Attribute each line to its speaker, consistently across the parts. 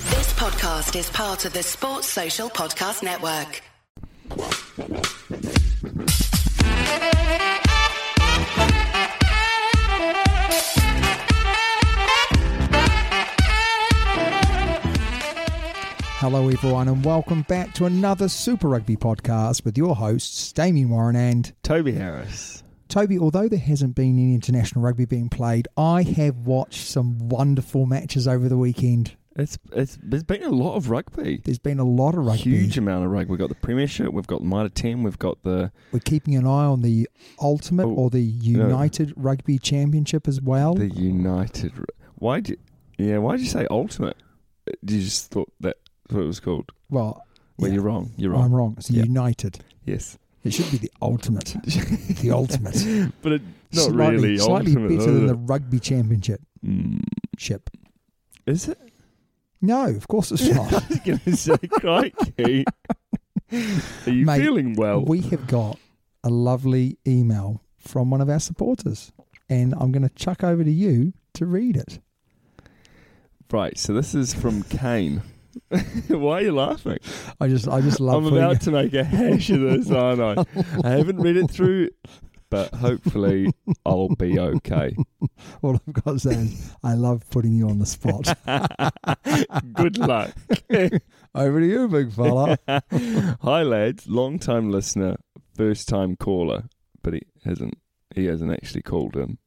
Speaker 1: podcast is part of the Sports Social Podcast Network.
Speaker 2: Hello, everyone, and welcome back to another Super Rugby podcast with your hosts, Damien Warren and
Speaker 3: Toby Harris.
Speaker 2: Toby. Although there hasn't been any international rugby being played, I have watched some wonderful matches over the weekend.
Speaker 3: It's it's there's been a lot of rugby.
Speaker 2: There's been a lot of rugby.
Speaker 3: Huge amount of rugby. We've got the Premiership, we've got the Mitre 10, we've got the
Speaker 2: We're keeping an eye on the Ultimate
Speaker 3: Oh,
Speaker 2: or the United Rugby Championship as well.
Speaker 3: the United. Ru- Why do yeah? Why did you say ultimate? Uh, Did you just thought that that's what it was called?
Speaker 2: well,
Speaker 3: Well,
Speaker 2: yeah,
Speaker 3: you're wrong. You're wrong.
Speaker 2: I'm wrong. It's
Speaker 3: Yeah.
Speaker 2: United.
Speaker 3: Yes,
Speaker 2: It should be the Ultimate. the Ultimate.
Speaker 3: but it, not
Speaker 2: slightly,
Speaker 3: really
Speaker 2: Slightly
Speaker 3: ultimate.
Speaker 2: better than
Speaker 3: is
Speaker 2: the
Speaker 3: it?
Speaker 2: Rugby Championship.
Speaker 3: Mm. Is it?
Speaker 2: No, of course it's not.
Speaker 3: I was going to say, crikey. Are you
Speaker 2: Mate,
Speaker 3: feeling well?
Speaker 2: we have got a lovely email from one of our supporters, and I'm going to chuck over to you to read it.
Speaker 3: right. So this is from Kane. Why are you laughing?
Speaker 2: I just, I just love.
Speaker 3: I'm
Speaker 2: putting-
Speaker 3: about to make a hash of this, aren't I? I haven't read it through, but hopefully I'll be okay.
Speaker 2: all I've got to say is I love putting you on the spot.
Speaker 3: Good luck.
Speaker 2: over to you, big fella.
Speaker 3: Hi, lads. Long time listener, first time caller, but he hasn't. He hasn't actually called in.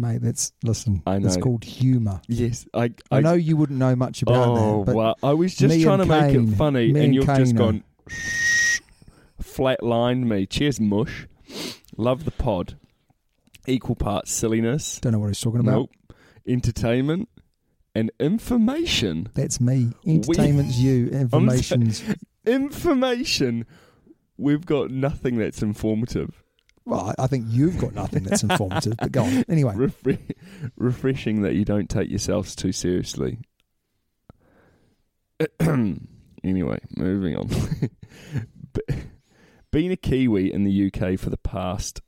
Speaker 2: Mate, that's listen.
Speaker 3: I
Speaker 2: It's
Speaker 3: know.
Speaker 2: called humour.
Speaker 3: Yes, I.
Speaker 2: I, know you wouldn't know much about
Speaker 3: oh
Speaker 2: that, but
Speaker 3: wow! I was just
Speaker 2: me
Speaker 3: trying to
Speaker 2: and
Speaker 3: make
Speaker 2: Kane-
Speaker 3: it funny,
Speaker 2: me
Speaker 3: and
Speaker 2: and
Speaker 3: you've
Speaker 2: Kane
Speaker 3: just
Speaker 2: are-
Speaker 3: gone flatlined me. Cheers, mush. Love the pod. Equal parts silliness.
Speaker 2: don't know what he's talking about.
Speaker 3: Nope. Entertainment and information.
Speaker 2: That's me. Entertainment's you. Information's.
Speaker 3: Information. We've got nothing that's informative.
Speaker 2: Well, I I think you've got nothing that's informative, but go on. Anyway,
Speaker 3: Refre- refreshing that you don't take yourselves too seriously. anyway, moving on. B- Being a Kiwi in the UK for the past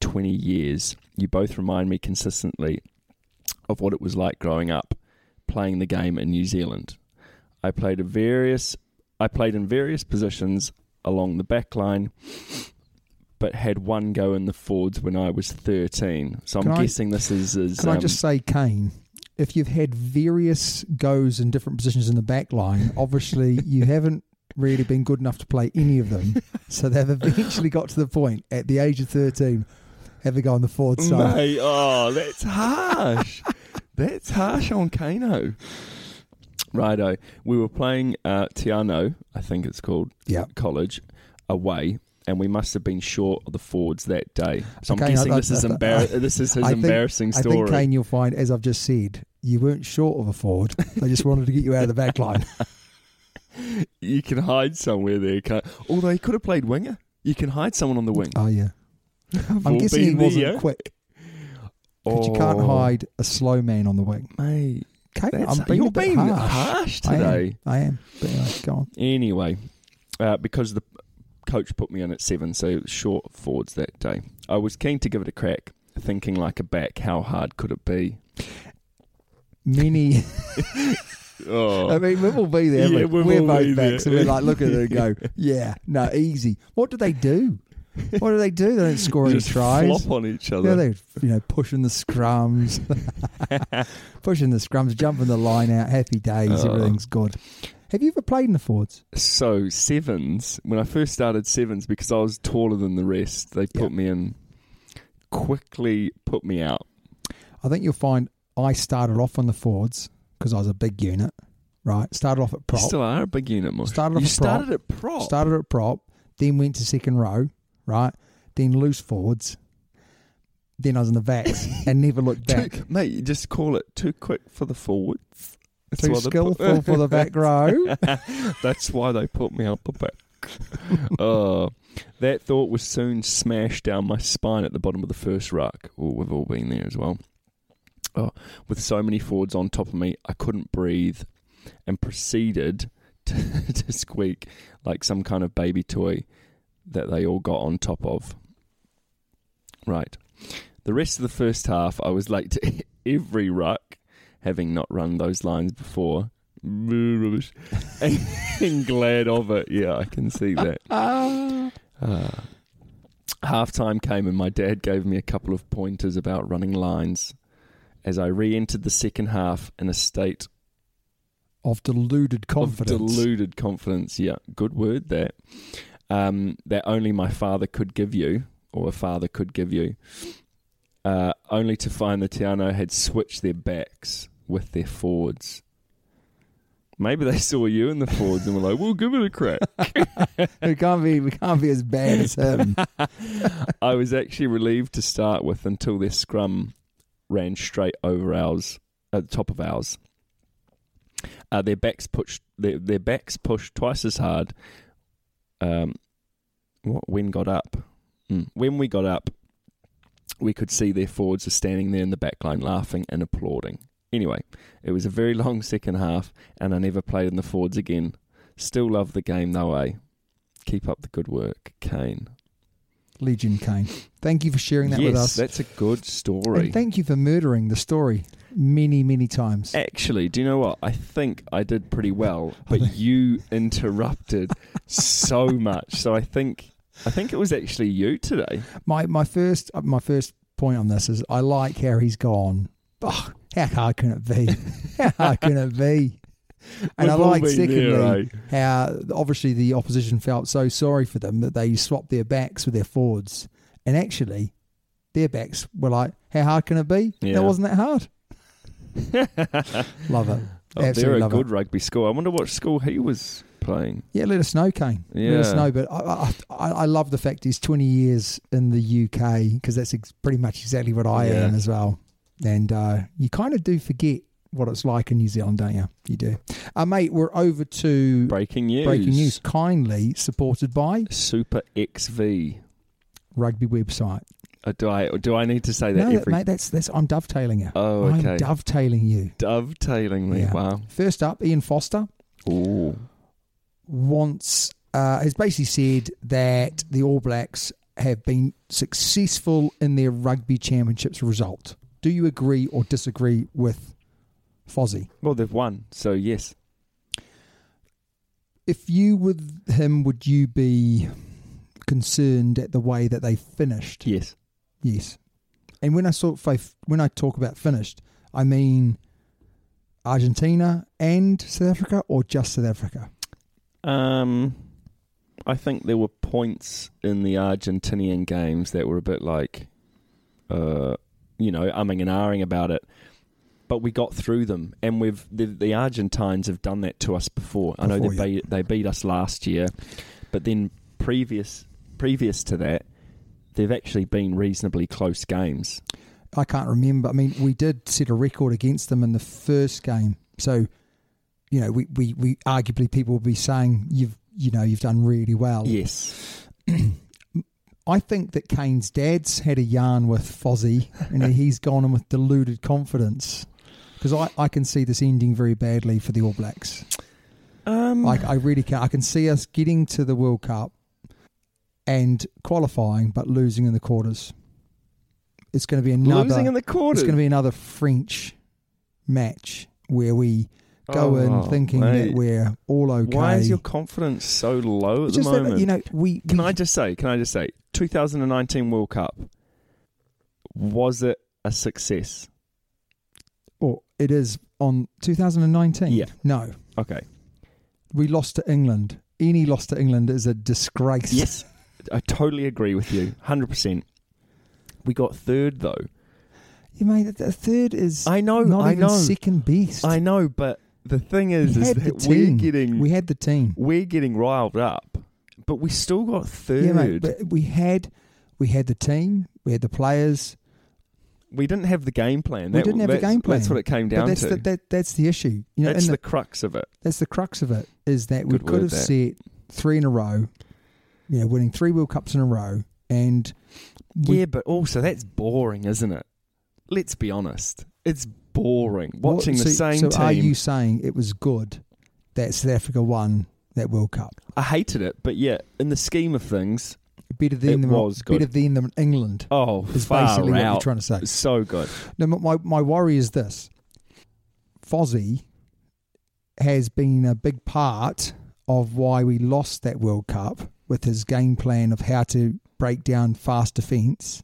Speaker 3: 20 years, you both remind me consistently of what it was like growing up playing the game in New Zealand. I played a various I played in various positions along the back line but had one go in the forwards when I was 13. So I'm
Speaker 2: Can I-
Speaker 3: guessing this is, is
Speaker 2: Can I
Speaker 3: um,
Speaker 2: just say, Kane, if you've had various goes in different positions in the back line, obviously you haven't really been good enough to play any of them. So they've eventually got to the point at the age of 13, have a go on the forward side.
Speaker 3: Mate, oh, that's harsh. that's harsh on Kano. Righto. We were playing uh, Tiano, I think it's called,
Speaker 2: Yeah.
Speaker 3: college, away, and we must have been short of the forwards that day. So
Speaker 2: Okay, I-
Speaker 3: I'm guessing
Speaker 2: I-
Speaker 3: this, is
Speaker 2: I-
Speaker 3: embar- this is his
Speaker 2: I think-
Speaker 3: embarrassing
Speaker 2: I
Speaker 3: story.
Speaker 2: think, Kane, you'll find, as I've just said, you weren't short of a forward. They just wanted to get you out of the back line.
Speaker 3: you can hide somewhere there. Kane. Although he could have played winger. You can hide someone on the wing.
Speaker 2: Oh, yeah. I'm
Speaker 3: We'll
Speaker 2: guessing
Speaker 3: be
Speaker 2: he wasn't
Speaker 3: there.
Speaker 2: quick because you can't
Speaker 3: Oh,
Speaker 2: hide a slow man on the wing.
Speaker 3: Mate,
Speaker 2: Kane,
Speaker 3: that's,
Speaker 2: I'm being
Speaker 3: you're
Speaker 2: a bit
Speaker 3: being harsh,
Speaker 2: harsh.
Speaker 3: today.
Speaker 2: I am. I am. But anyway, go on.
Speaker 3: Anyway, uh, because the coach put me in at seven, so it was short forwards that day. I was keen to give it a crack, thinking like a back, how hard could it be?
Speaker 2: Many. I
Speaker 3: Oh,
Speaker 2: mean, we'll be there.
Speaker 3: Yeah,
Speaker 2: but we're
Speaker 3: we'll all
Speaker 2: both
Speaker 3: be
Speaker 2: backs,
Speaker 3: there.
Speaker 2: and we're like, look at it and go, yeah, no, easy. What do they do? What do they do? They don't score any
Speaker 3: just
Speaker 2: tries.
Speaker 3: flop on each
Speaker 2: Yeah,
Speaker 3: other.
Speaker 2: they you know pushing the scrums, pushing the scrums, jumping the line out. Happy days,
Speaker 3: Oh.
Speaker 2: everything's good. Have you ever played in the forwards?
Speaker 3: so sevens. When I first started sevens, because I was taller than the rest, they put me in. Quickly put me out.
Speaker 2: I think you'll find I started off on the forwards because I was a big unit, right? Started off at
Speaker 3: You
Speaker 2: prop,
Speaker 3: still are a big unit, Mush.
Speaker 2: Started off
Speaker 3: you
Speaker 2: a prop.
Speaker 3: started at prop.
Speaker 2: started at prop, then went to second row, right? Then loose forwards. Then I was in the backs and never looked
Speaker 3: Too-
Speaker 2: back.
Speaker 3: mate, you just call it too quick for the forwards. That's
Speaker 2: too
Speaker 3: why they put-
Speaker 2: skillful for the back row.
Speaker 3: That's why they put me up the back. Oh, that thought was soon smashed down my spine at the bottom of the first ruck. Oh, we've all been there as well. Oh, with so many forwards on top of me, I couldn't breathe and proceeded to, to squeak like some kind of baby toy that they all got on top of. Right. The rest of the first half, I was late to every ruck, having not run those lines before. "Boo, rubbish," and, and glad of it. Yeah, I can see that. Ah. Half time came, and my dad gave me a couple of pointers about running lines. As I re entered the second half in a state
Speaker 2: of deluded confidence.
Speaker 3: of deluded confidence. Yeah, good word that. Um, that only my father could give you, or a father could give you. Uh, only to find the Tiano had switched their backs with their forwards. Maybe they saw you in the forwards and were like, "We'll give it a crack."
Speaker 2: we can't be we can't be as bad as um, him.
Speaker 3: I was actually relieved to start with until their scrum ran straight over ours, at the top of ours. Uh, their backs pushed their, their backs pushed twice as hard. Um, what when got up? Mm. When we got up, we could see their forwards are standing there in the back line laughing and applauding. Anyway, it was a very long second half, and I never played in the forwards again. Still love the game though, eh? Keep up the good work, Kane.
Speaker 2: Legion Kane. Thank you for sharing that
Speaker 3: yes,
Speaker 2: with us.
Speaker 3: that's a good story.
Speaker 2: and thank you for murdering the story many, many times.
Speaker 3: Actually, do you know what? I think I did pretty well, but you interrupted so much. So I think I think it was actually you today.
Speaker 2: My my first uh, my first point on this is I like how he's gone. Oh, how hard can it be? How hard can it be? And I
Speaker 3: We've all
Speaker 2: like
Speaker 3: been
Speaker 2: secondly
Speaker 3: there, eh?
Speaker 2: how obviously the opposition felt so sorry for them that they swapped their backs with their forwards, and actually their backs were like, how hard can it be?
Speaker 3: Yeah.
Speaker 2: That wasn't that hard. Love it.
Speaker 3: eh? Oh, they're
Speaker 2: Absolutely
Speaker 3: a
Speaker 2: love
Speaker 3: good
Speaker 2: it.
Speaker 3: rugby school. I wonder what school he was playing.
Speaker 2: Yeah, let us know, Kane. Let us
Speaker 3: Yeah.
Speaker 2: know. But I, I, I I love the fact he's 20 years in the UK because that's ex- pretty much exactly what I
Speaker 3: Yeah.
Speaker 2: am as well. And uh, you kind of do forget what it's like in New Zealand, don't you? You do. Uh, mate, we're over to
Speaker 3: Breaking news.
Speaker 2: breaking news, kindly supported by
Speaker 3: Super XV.
Speaker 2: Rugby website.
Speaker 3: Uh, do I do I need to say that
Speaker 2: no, that-
Speaker 3: every
Speaker 2: mate, that's that's I'm dovetailing you.
Speaker 3: Oh, okay.
Speaker 2: I'm dovetailing you.
Speaker 3: dovetailing me?
Speaker 2: Yeah.
Speaker 3: Wow.
Speaker 2: First up, Ian Foster.
Speaker 3: Ooh.
Speaker 2: wants uh, has basically said that the All Blacks have been successful in their rugby championships result. Do you agree or disagree with Fozzie?
Speaker 3: Well, they've won, so yes.
Speaker 2: If you were him, would you be concerned at the way that they finished?
Speaker 3: Yes.
Speaker 2: Yes. And when I saw if when I talk about finished, I mean Argentina and South Africa, or just South Africa.
Speaker 3: Um, I think there were points in the Argentinian games that were a bit like, uh, you know, umming and ahhing about it. But we got through them, and we've the, the Argentines have done that to us before. I know
Speaker 2: Before,
Speaker 3: they beat, they beat us last year, but then previous previous to that, they've actually been reasonably close games.
Speaker 2: I can't remember. I mean, we did set a record against them in the first game. So, you know, we, we, we arguably people will be saying you've you know you've done really well.
Speaker 3: Yes,
Speaker 2: I think that Kane's dad's had a yarn with Fozzie, and he's gone in with deluded confidence because I, I can see this ending very badly for the All Blacks.
Speaker 3: um,
Speaker 2: Like I really can. I can see us getting to the World Cup and qualifying, but losing in the quarters. It's going to be another
Speaker 3: losing in the quarters.
Speaker 2: it's going to be another French match where we go
Speaker 3: Oh,
Speaker 2: in thinking that
Speaker 3: mate.
Speaker 2: we're all okay.
Speaker 3: Why is your confidence so low at
Speaker 2: It's
Speaker 3: the
Speaker 2: just that,
Speaker 3: moment?
Speaker 2: you know, we,
Speaker 3: Can
Speaker 2: we-
Speaker 3: I just say? Can I just say? 2019 World Cup was it a success?
Speaker 2: oh, it is on 2019.
Speaker 3: Yeah.
Speaker 2: No,
Speaker 3: Okay.
Speaker 2: we lost to England. Any loss to England is a disgrace.
Speaker 3: Yes, I totally agree with you. Hundred percent. We got third though.
Speaker 2: You mate, the third is
Speaker 3: I know.
Speaker 2: not
Speaker 3: I
Speaker 2: even
Speaker 3: know.
Speaker 2: second best.
Speaker 3: I know. But the thing
Speaker 2: we
Speaker 3: is, is
Speaker 2: had the
Speaker 3: that we're
Speaker 2: team.
Speaker 3: getting
Speaker 2: we had the team.
Speaker 3: we're getting riled up, but we still got third.
Speaker 2: Yeah, mate, but we had we had the team, we had the players,
Speaker 3: we didn't have the game plan.
Speaker 2: We
Speaker 3: That-
Speaker 2: didn't have a
Speaker 3: that's-
Speaker 2: game plan.
Speaker 3: That's what it came
Speaker 2: but
Speaker 3: down
Speaker 2: that's
Speaker 3: to.
Speaker 2: the, that, that's the issue. You know,
Speaker 3: that's
Speaker 2: in
Speaker 3: the, crux of it.
Speaker 2: that's the crux of it is that we
Speaker 3: Good
Speaker 2: could
Speaker 3: word
Speaker 2: have
Speaker 3: there.
Speaker 2: set three in a row, you know, winning three World Cups in a row, and we,
Speaker 3: yeah, but also that's boring, isn't it? Let's be honest. It's boring watching
Speaker 2: what-
Speaker 3: the
Speaker 2: so-
Speaker 3: same
Speaker 2: So
Speaker 3: team.
Speaker 2: are you saying it was good that South Africa won that World Cup?
Speaker 3: I hated it, but yeah, in the scheme of things,
Speaker 2: Better than
Speaker 3: It
Speaker 2: them,
Speaker 3: was good.
Speaker 2: better than them in England.
Speaker 3: oh,
Speaker 2: Is
Speaker 3: far
Speaker 2: basically what you're
Speaker 3: out.
Speaker 2: trying to say.
Speaker 3: so good.
Speaker 2: No, my my worry is this: Fozzie has been a big part of why we lost that World Cup with his game plan of how to break down fast defence.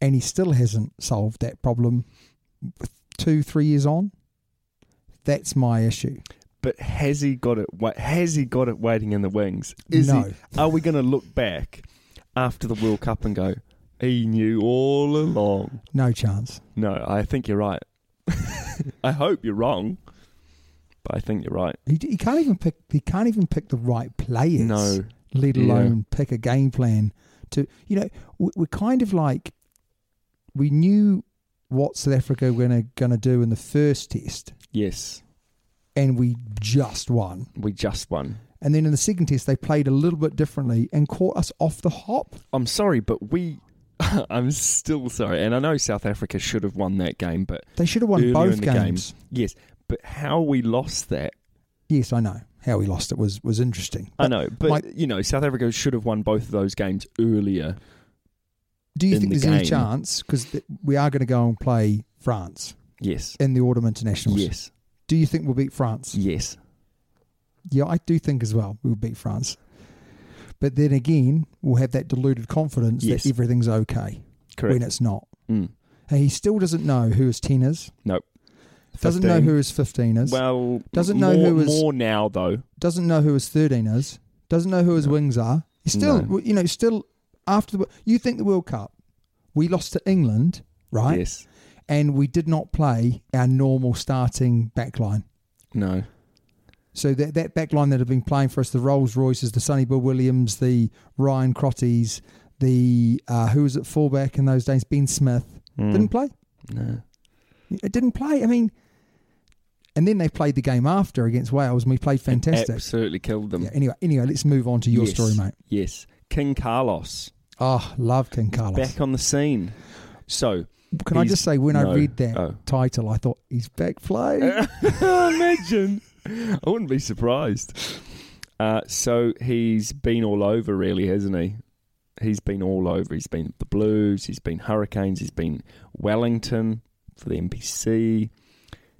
Speaker 2: And he still hasn't solved that problem with two, three years on. That's my issue.
Speaker 3: But has he got it? wa- Has he got it waiting in the wings? Is
Speaker 2: no.
Speaker 3: he? Are we going to look back after the World Cup and go, he knew all along?
Speaker 2: No chance.
Speaker 3: No, I think you're right. I hope you're wrong, but I think you're right.
Speaker 2: He, he can't even pick. He can't even pick the right players.
Speaker 3: No,
Speaker 2: let
Speaker 3: Yeah.
Speaker 2: alone pick a game plan to you know we- we're kind of like we knew what South Africa were gonna gonna do in the first test
Speaker 3: yes,
Speaker 2: and we just won
Speaker 3: we just won.
Speaker 2: and then in the second test they played a little bit differently and caught us off the hop
Speaker 3: I'm sorry, but we. I'm still sorry, and I know South Africa should have won that game, but
Speaker 2: they should have won
Speaker 3: Earlier in
Speaker 2: both
Speaker 3: the game.
Speaker 2: games
Speaker 3: yes, but how we lost that,
Speaker 2: yes I know how we lost it was was interesting
Speaker 3: I know. But
Speaker 2: like-
Speaker 3: you know, South Africa should have won both of those games earlier.
Speaker 2: do you
Speaker 3: in
Speaker 2: think
Speaker 3: the
Speaker 2: there's any
Speaker 3: game.
Speaker 2: chance because th- we are going to go and play France
Speaker 3: Yes,
Speaker 2: in the autumn internationals
Speaker 3: yes,
Speaker 2: do you think we'll beat France
Speaker 3: yes.
Speaker 2: Yeah, I do think as well we'll beat France. But then again, we'll have that deluded confidence
Speaker 3: Yes.
Speaker 2: that everything's okay when
Speaker 3: Correct.
Speaker 2: it's not.
Speaker 3: Mm.
Speaker 2: And he still doesn't know who his 10 is, doesn't know
Speaker 3: 15.
Speaker 2: who his 15 is,
Speaker 3: Well,
Speaker 2: Doesn't know
Speaker 3: more,
Speaker 2: who was-
Speaker 3: more now though.
Speaker 2: doesn't know who his 13 is, doesn't know who his
Speaker 3: No.
Speaker 2: wings are. He's still,
Speaker 3: No.
Speaker 2: you know, still after the. You think the World Cup, we lost to England, right?
Speaker 3: Yes.
Speaker 2: And we did not play our normal starting back line.
Speaker 3: No.
Speaker 2: So that that back line that have been playing for us, the Rolls Royces, the Sonny Bill Williams, the Ryan Crotties, the uh, who was at fullback in those days, Ben Smith,
Speaker 3: Mm.
Speaker 2: didn't play.
Speaker 3: No.
Speaker 2: It didn't play. I mean, and then they played the game after against Wales, and we played fantastic.
Speaker 3: Absolutely killed them.
Speaker 2: Yeah, anyway, anyway, let's move on to your
Speaker 3: Yes.
Speaker 2: story, mate.
Speaker 3: Yes. King Carlos
Speaker 2: Oh, love King Carlos.
Speaker 3: back on the scene. So
Speaker 2: Can I
Speaker 3: he's-
Speaker 2: just say, when
Speaker 3: no. Uh,
Speaker 2: I read that
Speaker 3: Oh.
Speaker 2: title, I thought he's back playing.
Speaker 3: imagine. I wouldn't be surprised. Uh, so he's been all over, really, hasn't he? He's been all over. He's been at the Blues. He's been Hurricanes. He's been Wellington for the NBC.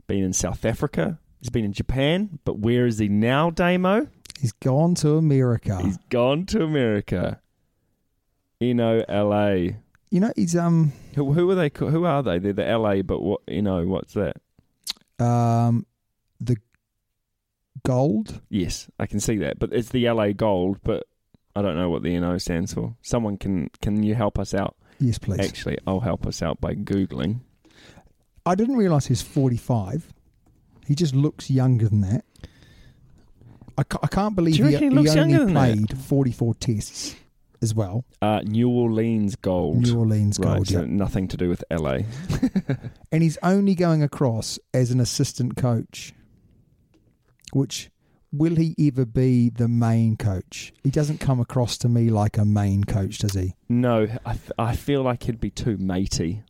Speaker 3: Been in South Africa. He's been in Japan. But where is he now, Damo?
Speaker 2: he's gone to America.
Speaker 3: He's gone to America. Eno, LA.
Speaker 2: you know, he's um
Speaker 3: Who, who are they? ca- Who are they? They're the LA, but what? You know what's that?
Speaker 2: um the gold.
Speaker 3: Yes, I can see that. But it's the LA Gold, but I don't know what the NO stands for. Someone can can you help us out?
Speaker 2: Yes, please.
Speaker 3: Actually, I'll help us out by googling.
Speaker 2: I didn't realize he's 45. He just looks younger than that. I, ca- I can't believe
Speaker 3: Do you
Speaker 2: he,
Speaker 3: reckon he looks
Speaker 2: he only
Speaker 3: younger than that?
Speaker 2: played 44 tests as well.
Speaker 3: Uh, New Orleans Gold.
Speaker 2: New Orleans
Speaker 3: right,
Speaker 2: Gold,
Speaker 3: so
Speaker 2: yeah.
Speaker 3: nothing to do with LA.
Speaker 2: And he's only going across as an assistant coach, which will he ever be the main coach? He doesn't come across to me like a main coach, does he?
Speaker 3: No, I, f- I feel like he'd be too matey.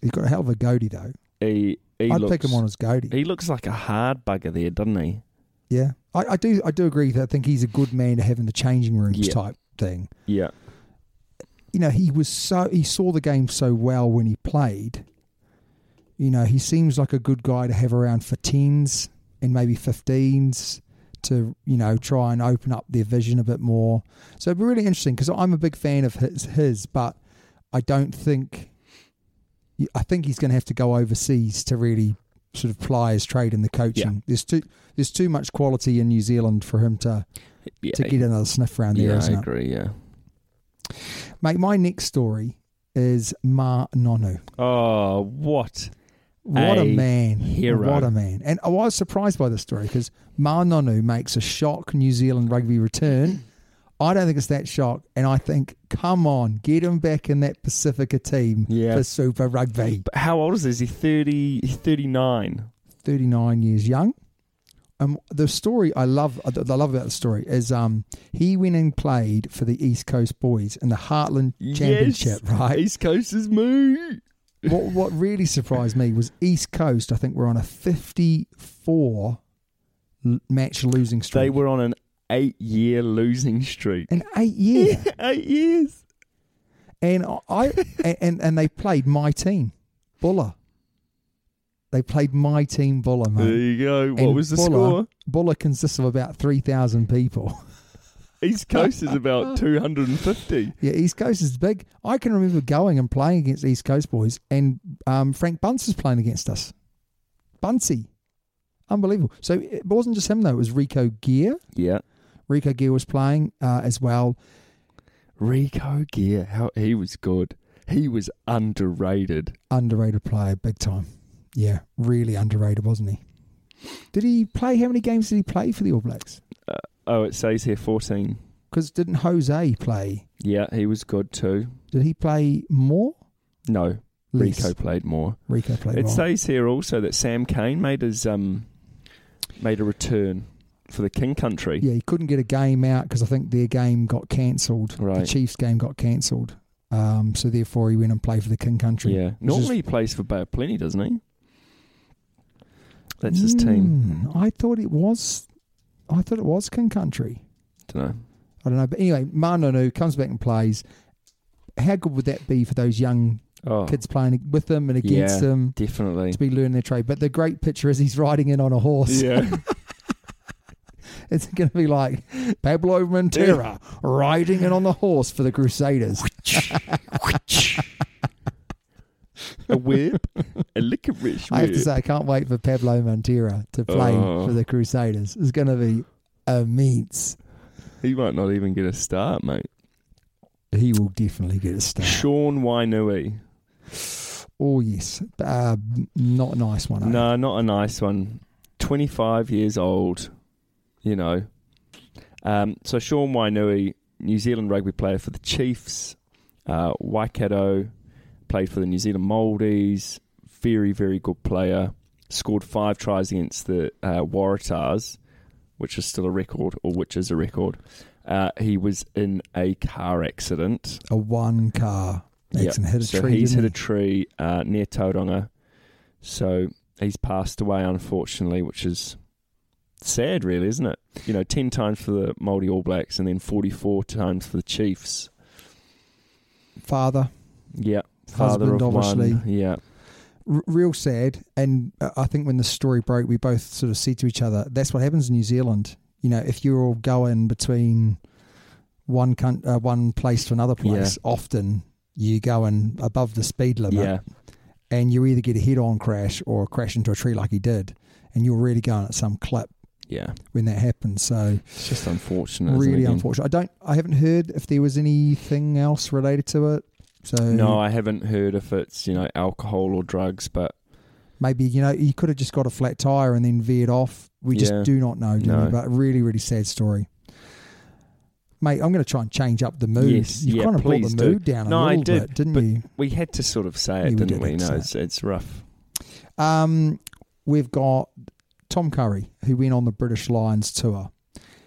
Speaker 2: He's got a hell of a goatee, though.
Speaker 3: He, he
Speaker 2: I'd
Speaker 3: looks,
Speaker 2: pick him on as goatee.
Speaker 3: He looks like a hard bugger there, doesn't he?
Speaker 2: yeah. I, I do I do agree that I think he's a good man to have in the changing rooms
Speaker 3: Yeah.
Speaker 2: type thing.
Speaker 3: Yeah.
Speaker 2: you know, he was so he saw the game so well when he played. You know, he seems like a good guy to have around for teens and maybe fifteens to you know try and open up their vision a bit more. So it'd be really interesting because I'm a big fan of his, his, but I don't think I think he's going to have to go overseas to really sort of ply his trade in the coaching. There's too there's too much quality in New Zealand for him to
Speaker 3: yeah
Speaker 2: to get another sniff around there,
Speaker 3: yeah,
Speaker 2: not
Speaker 3: I
Speaker 2: it?
Speaker 3: agree, yeah.
Speaker 2: Mate, my next story is Ma Nonu.
Speaker 3: Oh, what?
Speaker 2: What a,
Speaker 3: A
Speaker 2: man.
Speaker 3: hero.
Speaker 2: What a man. And I was surprised by this story because Ma Nonu makes a shock New Zealand rugby return. I don't think it's that shock. And I think, come on, get him back in that Pacifica team
Speaker 3: Yeah.
Speaker 2: for Super Rugby.
Speaker 3: But how old is he? Is he 30, 39?
Speaker 2: 39 years young. Um, the story I love, I love about the story is um, he went and played for the East Coast Boys in the Heartland Championship,
Speaker 3: Yes.
Speaker 2: right?
Speaker 3: East Coast is me.
Speaker 2: what what really surprised me was East Coast. I think we're on a 54 l- match losing streak.
Speaker 3: They were on an eight year losing streak.
Speaker 2: in eight years,
Speaker 3: eight years.
Speaker 2: and I and and they played my team, Buller. They played my team Buller,
Speaker 3: There
Speaker 2: mate.
Speaker 3: you go. What
Speaker 2: And
Speaker 3: was the
Speaker 2: Buller-
Speaker 3: score?
Speaker 2: Buller consists of about 3,000 people.
Speaker 3: East Coast is about 250.
Speaker 2: Yeah, East Coast is big. I can remember going and playing against East Coast boys, and um, Frank Bunce was playing against us. Buncey. Unbelievable. So it wasn't just him, though. It was Rico Gear.
Speaker 3: Yeah.
Speaker 2: Rico Gear was playing uh, as well.
Speaker 3: Rico Gear, how he was good. He was underrated.
Speaker 2: Underrated player, big time. Yeah, really underrated, wasn't he? Did he play? How many games did he play for the All Blacks?
Speaker 3: Oh, it says here 14.
Speaker 2: Because didn't Jose play?
Speaker 3: Yeah, he was good too.
Speaker 2: Did he play more?
Speaker 3: No,
Speaker 2: Less.
Speaker 3: Rico played more.
Speaker 2: Rico played
Speaker 3: It
Speaker 2: more.
Speaker 3: says here also that Sam Kane made his um made a return for the King Country.
Speaker 2: Yeah, he couldn't get a game out because I think their game got cancelled. The
Speaker 3: Right.
Speaker 2: Chiefs game got cancelled. Um, so therefore, he went and played for the King Country.
Speaker 3: Yeah.
Speaker 2: Which is-
Speaker 3: Normally he plays for Bay of Plenty, doesn't he? That's his team.
Speaker 2: Mm, I thought it was. I thought it was King Country.
Speaker 3: Don't know.
Speaker 2: I don't know, but anyway, Manonu comes back and plays. How good would that be for those young
Speaker 3: Oh,
Speaker 2: kids playing with them and against
Speaker 3: Yeah.
Speaker 2: them
Speaker 3: definitely.
Speaker 2: to be learning their trade? But the great picture is he's riding in on a horse.
Speaker 3: Yeah.
Speaker 2: It's going to be like Pablo Montera riding in on the horse for the Crusaders.
Speaker 3: a whip, a licorice whip.
Speaker 2: I have to say, I can't wait for Pablo Montera to play
Speaker 3: Oh.
Speaker 2: for the Crusaders. It's going to be immense.
Speaker 3: he might not even get a start, mate.
Speaker 2: He will definitely get a start.
Speaker 3: Sean Wainui.
Speaker 2: Oh, yes. Uh, not a nice one. eh?
Speaker 3: No, not a nice one. 25 years old, you know. Um, so Sean Wainui, New Zealand rugby player for the Chiefs, uh, Waikato, played for the New Zealand Maldives, very, very good player. Scored five tries against the uh, Waratahs, which is still a record, or which is a record. Uh, he was in a car accident.
Speaker 2: A one car accident hit a
Speaker 3: So
Speaker 2: tree.
Speaker 3: he's hit
Speaker 2: didn't
Speaker 3: a tree uh, near Tauranga. So he's passed away, unfortunately, which is sad, really, isn't it? You know, 10 times for the Māori All Blacks and then 44 times for the Chiefs.
Speaker 2: he? Father,
Speaker 3: Yeah. Father
Speaker 2: husband,
Speaker 3: of
Speaker 2: obviously.
Speaker 3: one. Yeah.
Speaker 2: R- real sad. And uh, I think when the story broke, we both sort of said to each other, that's what happens in New Zealand. You know, if you're all going between one coun- uh, one place to another place, often you go in above the speed limit.
Speaker 3: Yeah.
Speaker 2: and you either get a head on crash or crash into a tree like he did, and you're really going at some clip
Speaker 3: Yeah.
Speaker 2: when that happens. So
Speaker 3: It's just unfortunate. isn't it,
Speaker 2: really
Speaker 3: again?
Speaker 2: unfortunate. I don't I haven't heard if there was anything else related to it. So
Speaker 3: No, I haven't heard if it's, you know, alcohol or drugs, but
Speaker 2: maybe, you know, he could have just got a flat tire and then veered off. We just
Speaker 3: Yeah.
Speaker 2: do not know, do
Speaker 3: No.
Speaker 2: we? But really, really sad story. Mate, I'm going to try and change up the mood.
Speaker 3: Yes,
Speaker 2: you
Speaker 3: yeah,
Speaker 2: kind of brought
Speaker 3: please
Speaker 2: the
Speaker 3: do.
Speaker 2: mood down a
Speaker 3: No, I
Speaker 2: little
Speaker 3: did,
Speaker 2: bit, didn't
Speaker 3: but-
Speaker 2: you?
Speaker 3: we had to sort of say
Speaker 2: Yeah,
Speaker 3: it,
Speaker 2: we
Speaker 3: didn't
Speaker 2: did
Speaker 3: we?
Speaker 2: have to
Speaker 3: No,
Speaker 2: say
Speaker 3: it's, it's rough.
Speaker 2: Um, we've got Tom Curry, who went on the British Lions tour,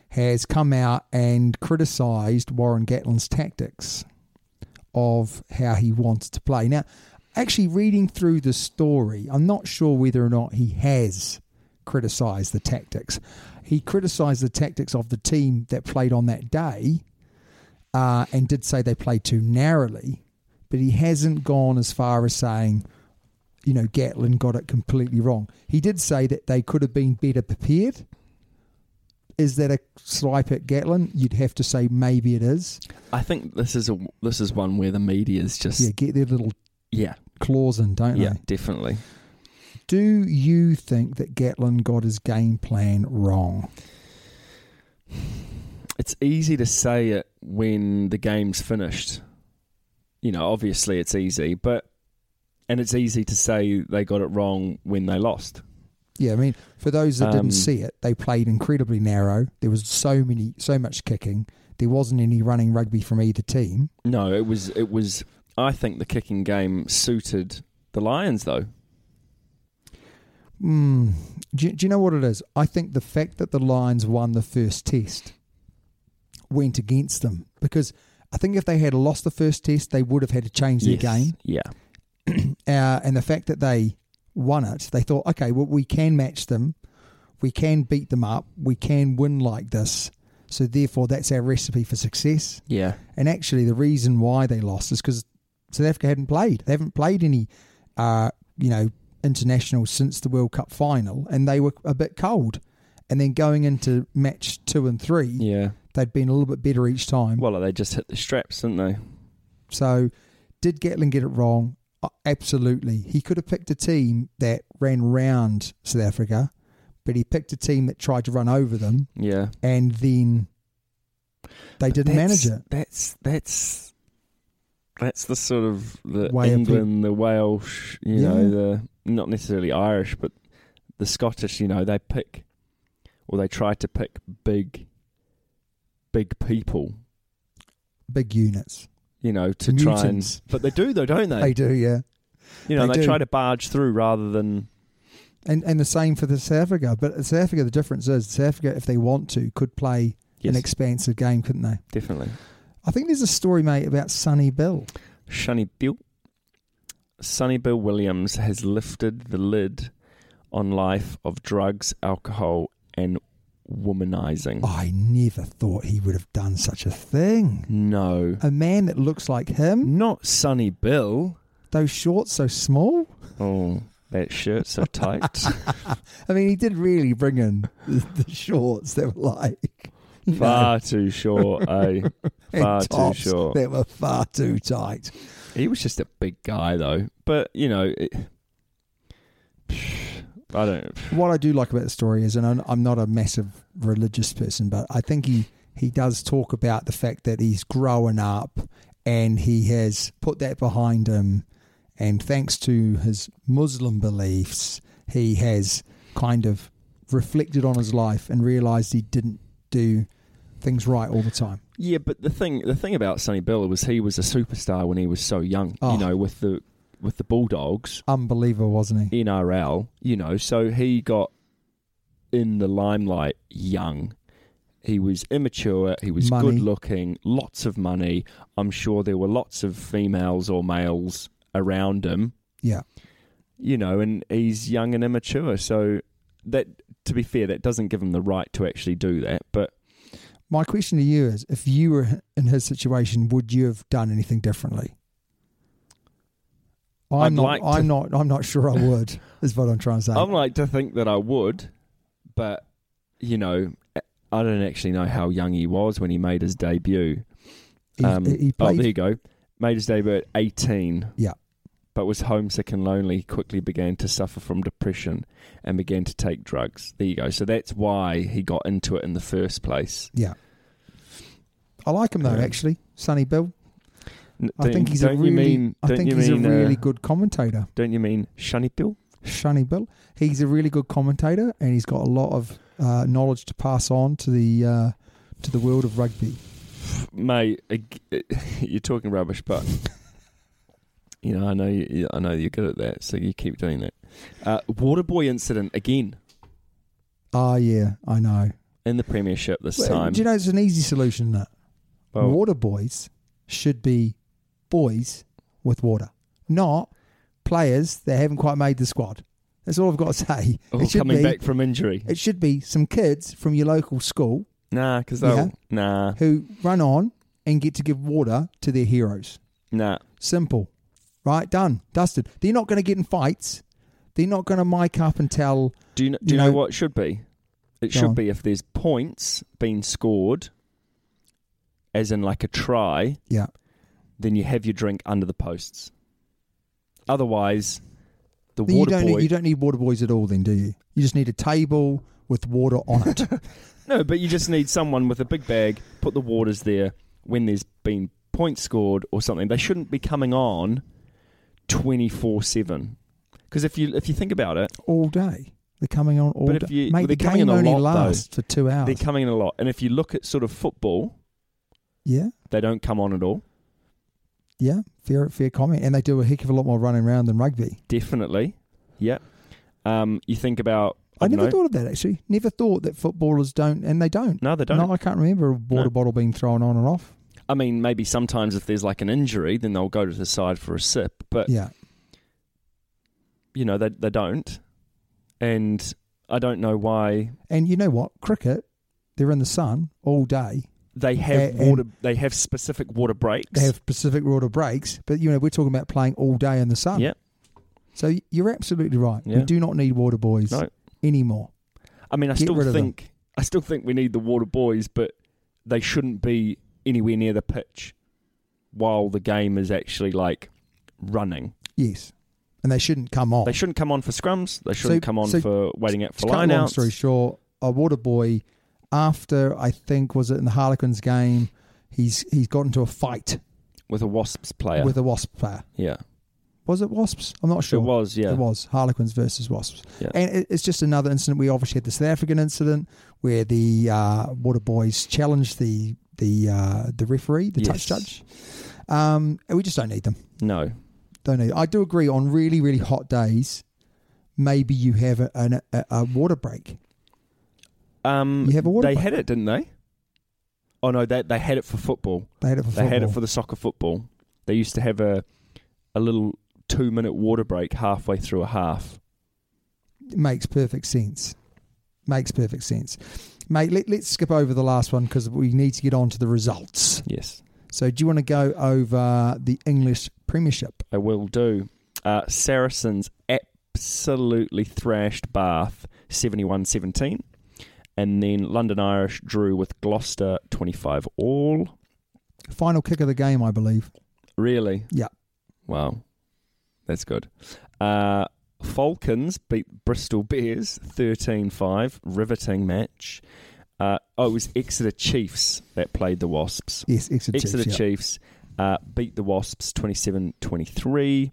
Speaker 2: has come out and criticised Warren Gatlin's tactics of how he wants to play. Now, actually, reading through the story, I'm not sure whether or not he has criticised the tactics. He criticised the tactics of the team that played on that day uh, and did say they played too narrowly, but he hasn't gone as far as saying, you know, Gatlin got it completely wrong. He did say that they could have been better prepared. Is that a swipe at Gatlin? You'd have to say maybe it is.
Speaker 3: I think this is a this is one where the media is just
Speaker 2: Yeah, get their little
Speaker 3: yeah
Speaker 2: claws in, don't
Speaker 3: yeah
Speaker 2: they?
Speaker 3: definitely
Speaker 2: Do you think that Gatlin got his game plan wrong?
Speaker 3: it's easy to say it when the game's finished. You know, obviously it's easy, but and it's easy to say they got it wrong when they lost.
Speaker 2: Yeah, I mean, for those that
Speaker 3: Um,
Speaker 2: didn't see it, they played incredibly narrow. There was so many, so much kicking. There wasn't any running rugby from either team.
Speaker 3: No, it was it was I think the kicking game suited the Lions though.
Speaker 2: Mm. Do, you- do you know what it is? I think the fact that the Lions won the first test went against them because I think if they had lost the first test, they would have had to change their
Speaker 3: Yes.
Speaker 2: game.
Speaker 3: Yeah.
Speaker 2: uh, and the fact that they won it, they thought, okay, well, we can match them, we can beat them up, we can win like this. So therefore, that's our recipe for success.
Speaker 3: Yeah.
Speaker 2: And actually, the reason why they lost is because South Africa hadn't played. They haven't played any, uh, you know, international since the World Cup final, and they were a bit cold. And then going into match two and three,
Speaker 3: Yeah.
Speaker 2: they'd been a little bit better each time.
Speaker 3: Well, they just hit the straps, didn't they?
Speaker 2: So, did Gatlin get it wrong? Uh, Absolutely. He could have picked a team that ran round South Africa, but he picked a team that tried to run over them,
Speaker 3: Yeah.
Speaker 2: and then they
Speaker 3: But
Speaker 2: didn't
Speaker 3: that's-
Speaker 2: manage it.
Speaker 3: That's that's that's the sort of the
Speaker 2: Way of
Speaker 3: England, the Welsh, you
Speaker 2: Yeah.
Speaker 3: know, the not necessarily Irish, but the Scottish. You know, they pick or they try to pick big, big people.
Speaker 2: Big units.
Speaker 3: You know, to try and
Speaker 2: Mutants.
Speaker 3: but they do though, don't they?
Speaker 2: They do, yeah.
Speaker 3: you know,
Speaker 2: they
Speaker 3: they,
Speaker 2: do.
Speaker 3: try to barge through rather than
Speaker 2: And and the same for the South Africa. But at South Africa, the difference is South Africa, if they want to, could play
Speaker 3: yes,
Speaker 2: an expansive game, couldn't they?
Speaker 3: definitely.
Speaker 2: I think there's a story, mate, about Sonny Bill.
Speaker 3: Sonny Bill. Sonny Bill Williams has lifted the lid on life of drugs, alcohol, and womanizing.
Speaker 2: I never thought he would have done such a thing.
Speaker 3: No.
Speaker 2: A man that looks like him,
Speaker 3: Not Sonny Bill.
Speaker 2: those shorts so small.
Speaker 3: Oh, that shirt's so tight.
Speaker 2: I mean, he did really bring in the, the shorts that were like you know,
Speaker 3: far too short, eh?
Speaker 2: and
Speaker 3: far too
Speaker 2: tops
Speaker 3: short.
Speaker 2: That were far too tight.
Speaker 3: He was just a big guy, though. But, you know, it, I don't.
Speaker 2: What I do like about the story is, and I'm- I'm not a massive religious person, but I think he he does talk about the fact that he's growing up and he has put that behind him, and thanks to his Muslim beliefs, he has kind of reflected on his life and realized he didn't do things right all the time.
Speaker 3: Yeah, but the thing the thing about Sonny Bill was he was a superstar when he was so young.
Speaker 2: Oh.
Speaker 3: You know, with the with the Bulldogs,
Speaker 2: Unbelievable, wasn't he?
Speaker 3: NRL, you know, so he got in the limelight young. He was immature, he was
Speaker 2: Money.
Speaker 3: good looking, lots of money. I'm sure there were lots of females or males around him,
Speaker 2: Yeah.
Speaker 3: you know, and he's young and immature, so that to be fair, that doesn't give him the right to actually do that, but
Speaker 2: My question to you is if you were in his situation, would you have done anything differently? I'm
Speaker 3: I'd
Speaker 2: not
Speaker 3: like to-
Speaker 2: I'm not I'm not sure I would, is what I'm trying to say.
Speaker 3: I'm like to think that I would, but you know, I don't actually know how young he was when he made his debut.
Speaker 2: he,
Speaker 3: Um,
Speaker 2: he
Speaker 3: oh,
Speaker 2: played
Speaker 3: there you go. Made his debut at 18.
Speaker 2: Yeah.
Speaker 3: But was homesick and lonely, quickly began to suffer from depression and began to take drugs. There you go. So that's why he got into it in the first place.
Speaker 2: Yeah. I like him though,
Speaker 3: Yeah.
Speaker 2: actually. Sonny Bill.
Speaker 3: N-
Speaker 2: I think he's a
Speaker 3: don't
Speaker 2: really
Speaker 3: you mean,
Speaker 2: I
Speaker 3: don't
Speaker 2: think
Speaker 3: you
Speaker 2: he's
Speaker 3: mean,
Speaker 2: a
Speaker 3: uh,
Speaker 2: really good commentator.
Speaker 3: Don't you mean Shunny Bill?
Speaker 2: Sonny Bill. He's a really good commentator and he's got a lot of uh, knowledge to pass on to the uh, to the world of rugby.
Speaker 3: mate, ag- uh, you're talking rubbish, but you know, I know, you, you- I know you're good at that, so you keep doing that. Uh, Waterboy incident again
Speaker 2: Ah yeah, I know.
Speaker 3: in the Premiership this
Speaker 2: Well,
Speaker 3: time.
Speaker 2: Do you know it's an easy solution that
Speaker 3: Well,
Speaker 2: water boys should be boys with water, not players that haven't quite made the squad. That's all I've got to say.
Speaker 3: oh,
Speaker 2: it should
Speaker 3: coming
Speaker 2: be
Speaker 3: back from injury,
Speaker 2: it should be some kids from your local school
Speaker 3: nah, because
Speaker 2: Yeah.
Speaker 3: nah,
Speaker 2: who run on and get to give water to their heroes.
Speaker 3: nah,
Speaker 2: Simple. Right, done, dusted. They're not going to get in fights. They're not going to mic up and tell
Speaker 3: Do you know, do
Speaker 2: You
Speaker 3: you know,
Speaker 2: know-
Speaker 3: what it should be? It
Speaker 2: Go
Speaker 3: should
Speaker 2: on.
Speaker 3: be if there's points being scored, as in like a try.
Speaker 2: Yeah.
Speaker 3: Then you have your drink under the posts. Otherwise, the
Speaker 2: Then you
Speaker 3: water
Speaker 2: don't
Speaker 3: boy.
Speaker 2: need, you don't need water boys at all. Then do you? You just need a table with water on it.
Speaker 3: No, but you just need someone with a big bag. Put the waters there when there's been points scored or something. They shouldn't be coming on twenty four seven. Because if you if you think about it,
Speaker 2: all day. They're coming on all
Speaker 3: But if
Speaker 2: day.
Speaker 3: you-
Speaker 2: Mate,
Speaker 3: but
Speaker 2: the
Speaker 3: they're coming
Speaker 2: game
Speaker 3: in a
Speaker 2: only
Speaker 3: lot, though.
Speaker 2: lasts for two hours.
Speaker 3: they're coming in a lot. And if you look at sort of football,
Speaker 2: yeah,
Speaker 3: they don't come on at all.
Speaker 2: yeah. Fair, fair comment. And they do a heck of a lot more running around than rugby.
Speaker 3: Definitely, yeah. Um, you think about I,
Speaker 2: I,
Speaker 3: don't
Speaker 2: never
Speaker 3: know.
Speaker 2: thought of that actually. Never thought that footballers don't, and they don't.
Speaker 3: no, they don't.
Speaker 2: No, I can't remember a water
Speaker 3: No.
Speaker 2: bottle being thrown on and off.
Speaker 3: I mean, maybe sometimes if there's like an injury, then they'll go to the side for a sip. But
Speaker 2: Yeah,
Speaker 3: you know, they they don't. And I don't know why
Speaker 2: and you know what? Cricket, they're in the sun all day.
Speaker 3: they have
Speaker 2: And-
Speaker 3: water. They have specific water breaks.
Speaker 2: They have Pacific water breaks, but you know we're talking about playing all day in the sun.
Speaker 3: Yeah.
Speaker 2: So you're absolutely right.
Speaker 3: Yeah.
Speaker 2: We do not need water boys
Speaker 3: No.
Speaker 2: anymore.
Speaker 3: I mean, I
Speaker 2: Get rid
Speaker 3: still
Speaker 2: of them.
Speaker 3: think I still think we need the water boys, but they shouldn't be anywhere near the pitch while the game is actually like running.
Speaker 2: Yes, and they shouldn't come on.
Speaker 3: They shouldn't come on for scrums. They shouldn't come on
Speaker 2: Oh. so
Speaker 3: for waiting out
Speaker 2: to
Speaker 3: for
Speaker 2: cut a long
Speaker 3: lineouts.
Speaker 2: story short, a water boy after I think was it in the Harlequins game, he's he's got into a fight
Speaker 3: with a Wasps player.
Speaker 2: with a Wasp player.
Speaker 3: yeah,
Speaker 2: Was it Wasps? I'm not sure.
Speaker 3: Oh, it was. Yeah,
Speaker 2: It was Harlequins versus Wasps,
Speaker 3: Yeah.
Speaker 2: and it, it's just another incident. We obviously had the South African incident where the uh, Water Boys challenged the the uh, the referee, the touch
Speaker 3: Yes.
Speaker 2: judge. Um, and we just don't need them.
Speaker 3: no.
Speaker 2: Don't need. I do agree on really really hot days. Maybe you have a, an, a, a water break.
Speaker 3: Um,
Speaker 2: You have a water
Speaker 3: they
Speaker 2: break.
Speaker 3: had it, didn't they? Oh no, they they had it for football.
Speaker 2: They had it for
Speaker 3: They had it
Speaker 2: football.
Speaker 3: for the soccer football. They used to have a a little two minute water break halfway through a half.
Speaker 2: makes perfect sense. Makes perfect sense. Mate, let, let's skip over the last one because we need to get on to the results.
Speaker 3: Yes.
Speaker 2: So, do you want to go over the English Premiership?
Speaker 3: I will do. Uh, Saracens absolutely thrashed Bath 71 17. And then London Irish drew with Gloucester 25 all.
Speaker 2: Final kick of the game, I believe.
Speaker 3: Really?
Speaker 2: Yeah.
Speaker 3: Wow. That's good. Uh, Falcons beat Bristol Bears 13 5. Riveting match. Uh, oh, it was Exeter Chiefs that played the Wasps.
Speaker 2: Yes, Exeter,
Speaker 3: Exeter
Speaker 2: Chiefs. yeah.
Speaker 3: Chiefs uh, beat the Wasps 27 23.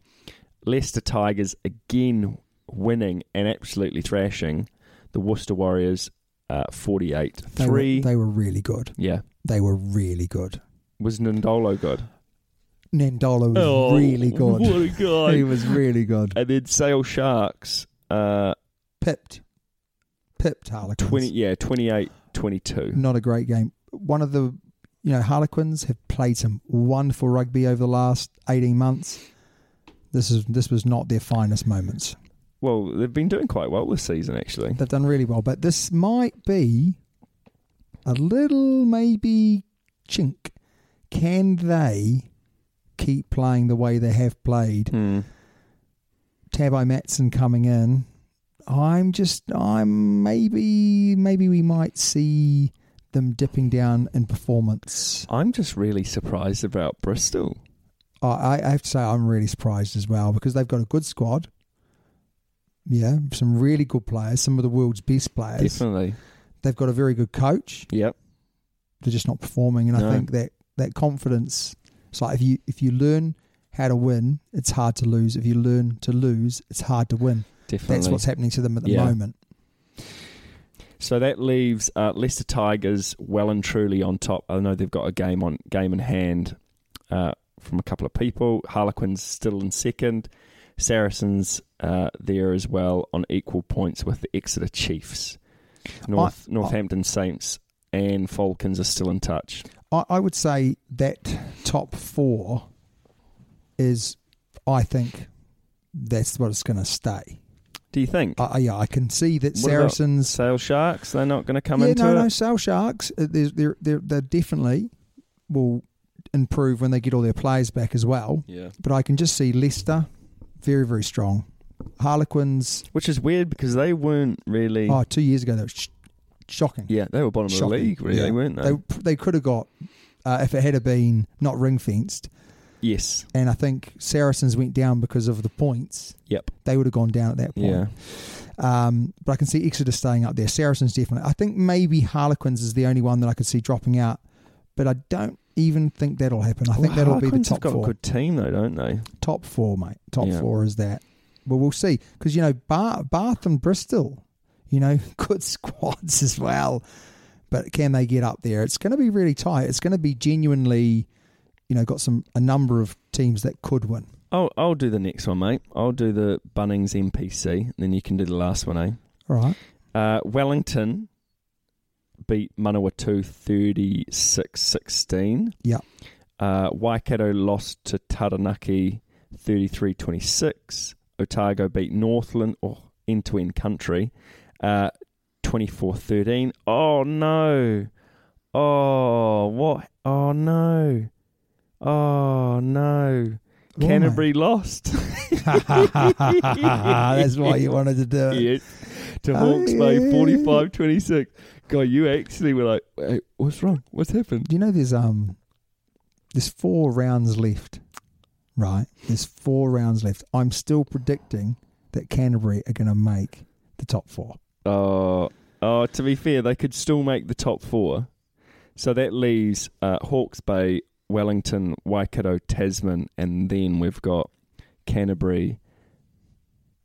Speaker 3: Leicester Tigers again winning and absolutely thrashing the Worcester Warriors 48
Speaker 2: They were-
Speaker 3: 3.
Speaker 2: They, were really good.
Speaker 3: Yeah.
Speaker 2: They were really good.
Speaker 3: Was Nandolo good?
Speaker 2: Nandola was really good.
Speaker 3: Oh, a
Speaker 2: He was really good.
Speaker 3: and then Sale Sharks uh,
Speaker 2: Pipped. Pipped Harlequins.
Speaker 3: 20, yeah, 28 22.
Speaker 2: Not a great game. One of the, you know, Harlequins have played some wonderful rugby over the last 18 months. This is this was not their finest moments.
Speaker 3: Well, they've been doing quite well this season, actually.
Speaker 2: They've done really well, but this might be a little maybe chink. Can they keep playing the way they have played?
Speaker 3: Hmm.
Speaker 2: Tabai Matson coming in, I'm just I'm maybe maybe we might see them dipping down in performance.
Speaker 3: I'm just really surprised about Bristol.
Speaker 2: I, I- I have to say I'm really surprised as well because they've got a good squad. Yeah, some really good players, some of the world's best players.
Speaker 3: Definitely.
Speaker 2: They've got a very good coach.
Speaker 3: Yep.
Speaker 2: They're just not performing, and
Speaker 3: No.
Speaker 2: I think that that confidence. It's like if you if you learn how to win, it's hard to lose. If you learn to lose, it's hard to win.
Speaker 3: Definitely.
Speaker 2: That's what's happening to them at the
Speaker 3: Yeah.
Speaker 2: moment.
Speaker 3: so that leaves uh, Leicester Tigers well and truly on top. I know they've got a game on game in hand uh, from a couple of people. Harlequins still in second. Saracens uh, there as well on equal points with the Exeter Chiefs. North, Northampton Saints and Falcons are still in touch.
Speaker 2: I, I would say that top four is, I think, that's what it's going to stay.
Speaker 3: Do you think?
Speaker 2: I, I- yeah, I can see that
Speaker 3: What about
Speaker 2: Saracens.
Speaker 3: Sale Sharks, they're not going to come
Speaker 2: yeah,
Speaker 3: into
Speaker 2: no,
Speaker 3: it.
Speaker 2: no, Sale Sharks. uh, They're, they're, they're, they definitely will improve when they get all their players back as well.
Speaker 3: Yeah.
Speaker 2: But I can just see Leicester very, very strong. Harlequins.
Speaker 3: Which is weird because they weren't really.
Speaker 2: Oh, two years ago, they were sh- shocking.
Speaker 3: yeah, they were bottom of the
Speaker 2: Shocking.
Speaker 3: league, really,
Speaker 2: Yeah.
Speaker 3: weren't they?
Speaker 2: They, they could have got, uh, if it had have been not ring fenced,
Speaker 3: Yes.
Speaker 2: and I think Saracens went down because of the points.
Speaker 3: Yep.
Speaker 2: They would have gone down at that point.
Speaker 3: Yeah.
Speaker 2: Um, but I can see Exeter staying up there. Saracens definitely. I think maybe Harlequins is the only one that I could see dropping out, but I don't even think that'll happen. I think
Speaker 3: Well,
Speaker 2: that'll
Speaker 3: Harlequins
Speaker 2: be the top
Speaker 3: have got
Speaker 2: four.
Speaker 3: a good team though, don't they?
Speaker 2: Top four, mate. Top
Speaker 3: Yeah.
Speaker 2: four is that. Well, we'll see because you know Bar- Bath and Bristol, you know, good squads as well. But can they get up there? It's going to be really tight. It's going to be genuinely, you know, got some a number of teams that could win.
Speaker 3: I'll I'll do the next one, mate. I'll do the Bunnings NPC, then you can do the last one, eh?
Speaker 2: All right.
Speaker 3: Uh, Wellington beat Manawatu 36-16.
Speaker 2: Yeah.
Speaker 3: Uh, Waikato lost to Taranaki 33-26. Otago beat Northland, oh, end-to-end country, uh, 24-13. Oh, no. Oh, what? Oh, no. Oh, no.
Speaker 2: Well,
Speaker 3: Canterbury lost.
Speaker 2: That's why you wanted to do it.
Speaker 3: yes. To
Speaker 2: Oh,
Speaker 3: Hawke's Bay,
Speaker 2: yeah.
Speaker 3: 45 26. God, you actually were like, "Wait, what's wrong? What's happened?
Speaker 2: Do you know there's um there's four rounds left, right? There's four rounds left. I'm still predicting that Canterbury are going to make the top four.
Speaker 3: Oh, oh, to be fair, they could still make the top four. So that leaves uh, Hawke's Bay, Wellington, Waikato, Tasman, and then we've got Canterbury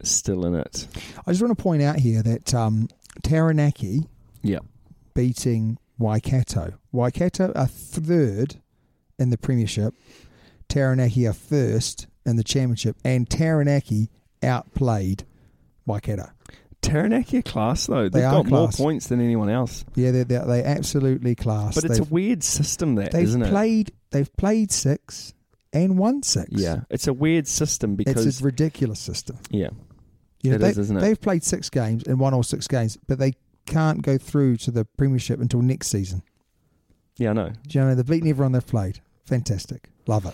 Speaker 3: still in it.
Speaker 2: I just want to point out here that um, Taranaki,
Speaker 3: Yep.
Speaker 2: beating Waikato. Waikato are third in the premiership. Taranaki are first in the championship, and Taranaki outplayed Waikato.
Speaker 3: Taranaki are class, though. They've
Speaker 2: They are
Speaker 3: got
Speaker 2: class.
Speaker 3: more points than anyone else.
Speaker 2: Yeah, they they they absolutely class.
Speaker 3: But it's a
Speaker 2: They've-
Speaker 3: weird system, that,
Speaker 2: They've
Speaker 3: isn't it?
Speaker 2: played. They've played six and won six.
Speaker 3: Yeah, it's a weird system because
Speaker 2: it's a ridiculous system.
Speaker 3: yeah,
Speaker 2: You know,
Speaker 3: It
Speaker 2: they,
Speaker 3: is, isn't it?
Speaker 2: They've played six games and won all six games, but they can't go through to the premiership until next season.
Speaker 3: yeah, I know.
Speaker 2: Do you know, what I mean? they've beaten everyone they've played. Fantastic, love it.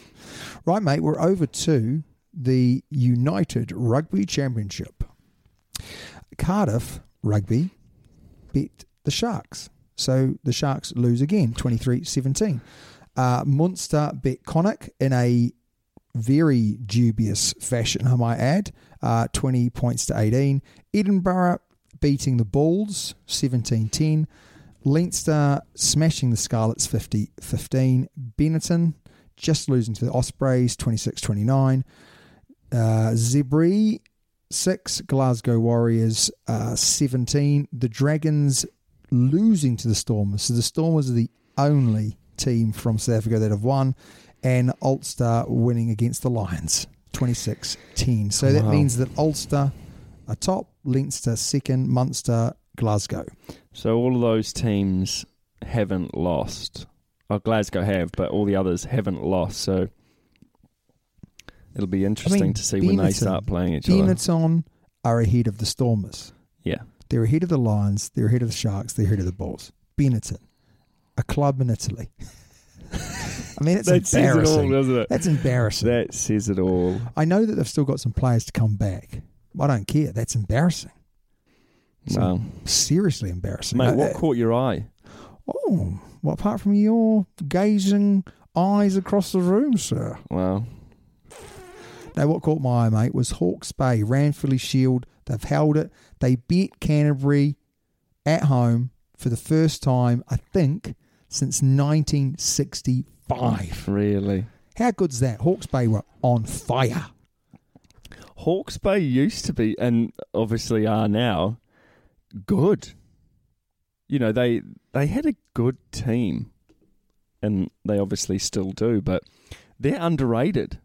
Speaker 2: Right, mate, we're over to the United Rugby Championship. Cardiff Rugby beat the Sharks. So the Sharks lose again, 23 17. Uh, Munster beat Connick in a very dubious fashion, I might add, uh, 20 points to 18. Edinburgh beating the Bulls, 17 10. Leinster smashing the Scarlets 50 15. Benetton just losing to the Ospreys 26 29. Uh, Zebri 6. Glasgow Warriors uh, 17. The Dragons losing to the Stormers. So the Stormers are the only team from South Africa that have won. And Ulster winning against the Lions 26 10. So that
Speaker 3: Wow.
Speaker 2: means that Ulster are top, Leinster second, Munster, Glasgow.
Speaker 3: So all of those teams haven't lost. Oh, Glasgow have, but all the others haven't lost. So it'll be interesting to see when they
Speaker 2: Beaverton-
Speaker 3: start playing each other.
Speaker 2: Benetton are ahead of the Stormers.
Speaker 3: Yeah,
Speaker 2: They're ahead of the Lions. They're ahead of the Sharks. They're ahead of the Bulls. Benetton, a club in Italy. I mean, it's
Speaker 3: that says it all,
Speaker 2: embarrassing.
Speaker 3: doesn't it?
Speaker 2: That's embarrassing.
Speaker 3: That says it all.
Speaker 2: I know that they've still got some players to come back. I don't care. That's embarrassing. So-
Speaker 3: Wow.
Speaker 2: Seriously embarrassing.
Speaker 3: Mate,
Speaker 2: Uh,
Speaker 3: what
Speaker 2: uh,
Speaker 3: caught your eye?
Speaker 2: oh, well, apart from your gazing eyes across the room, sir.
Speaker 3: Wow.
Speaker 2: Now, what caught my eye, mate, was Hawke's Bay, Ranfurly Shield. They've held it. They beat Canterbury at home for the first time, I think, since 1965.
Speaker 3: Really?
Speaker 2: How good's that? Hawke's Bay were on fire.
Speaker 3: Hawke's Bay used to be, and obviously are now, good. You know they they had a good team, and they obviously still do, but they're underrated.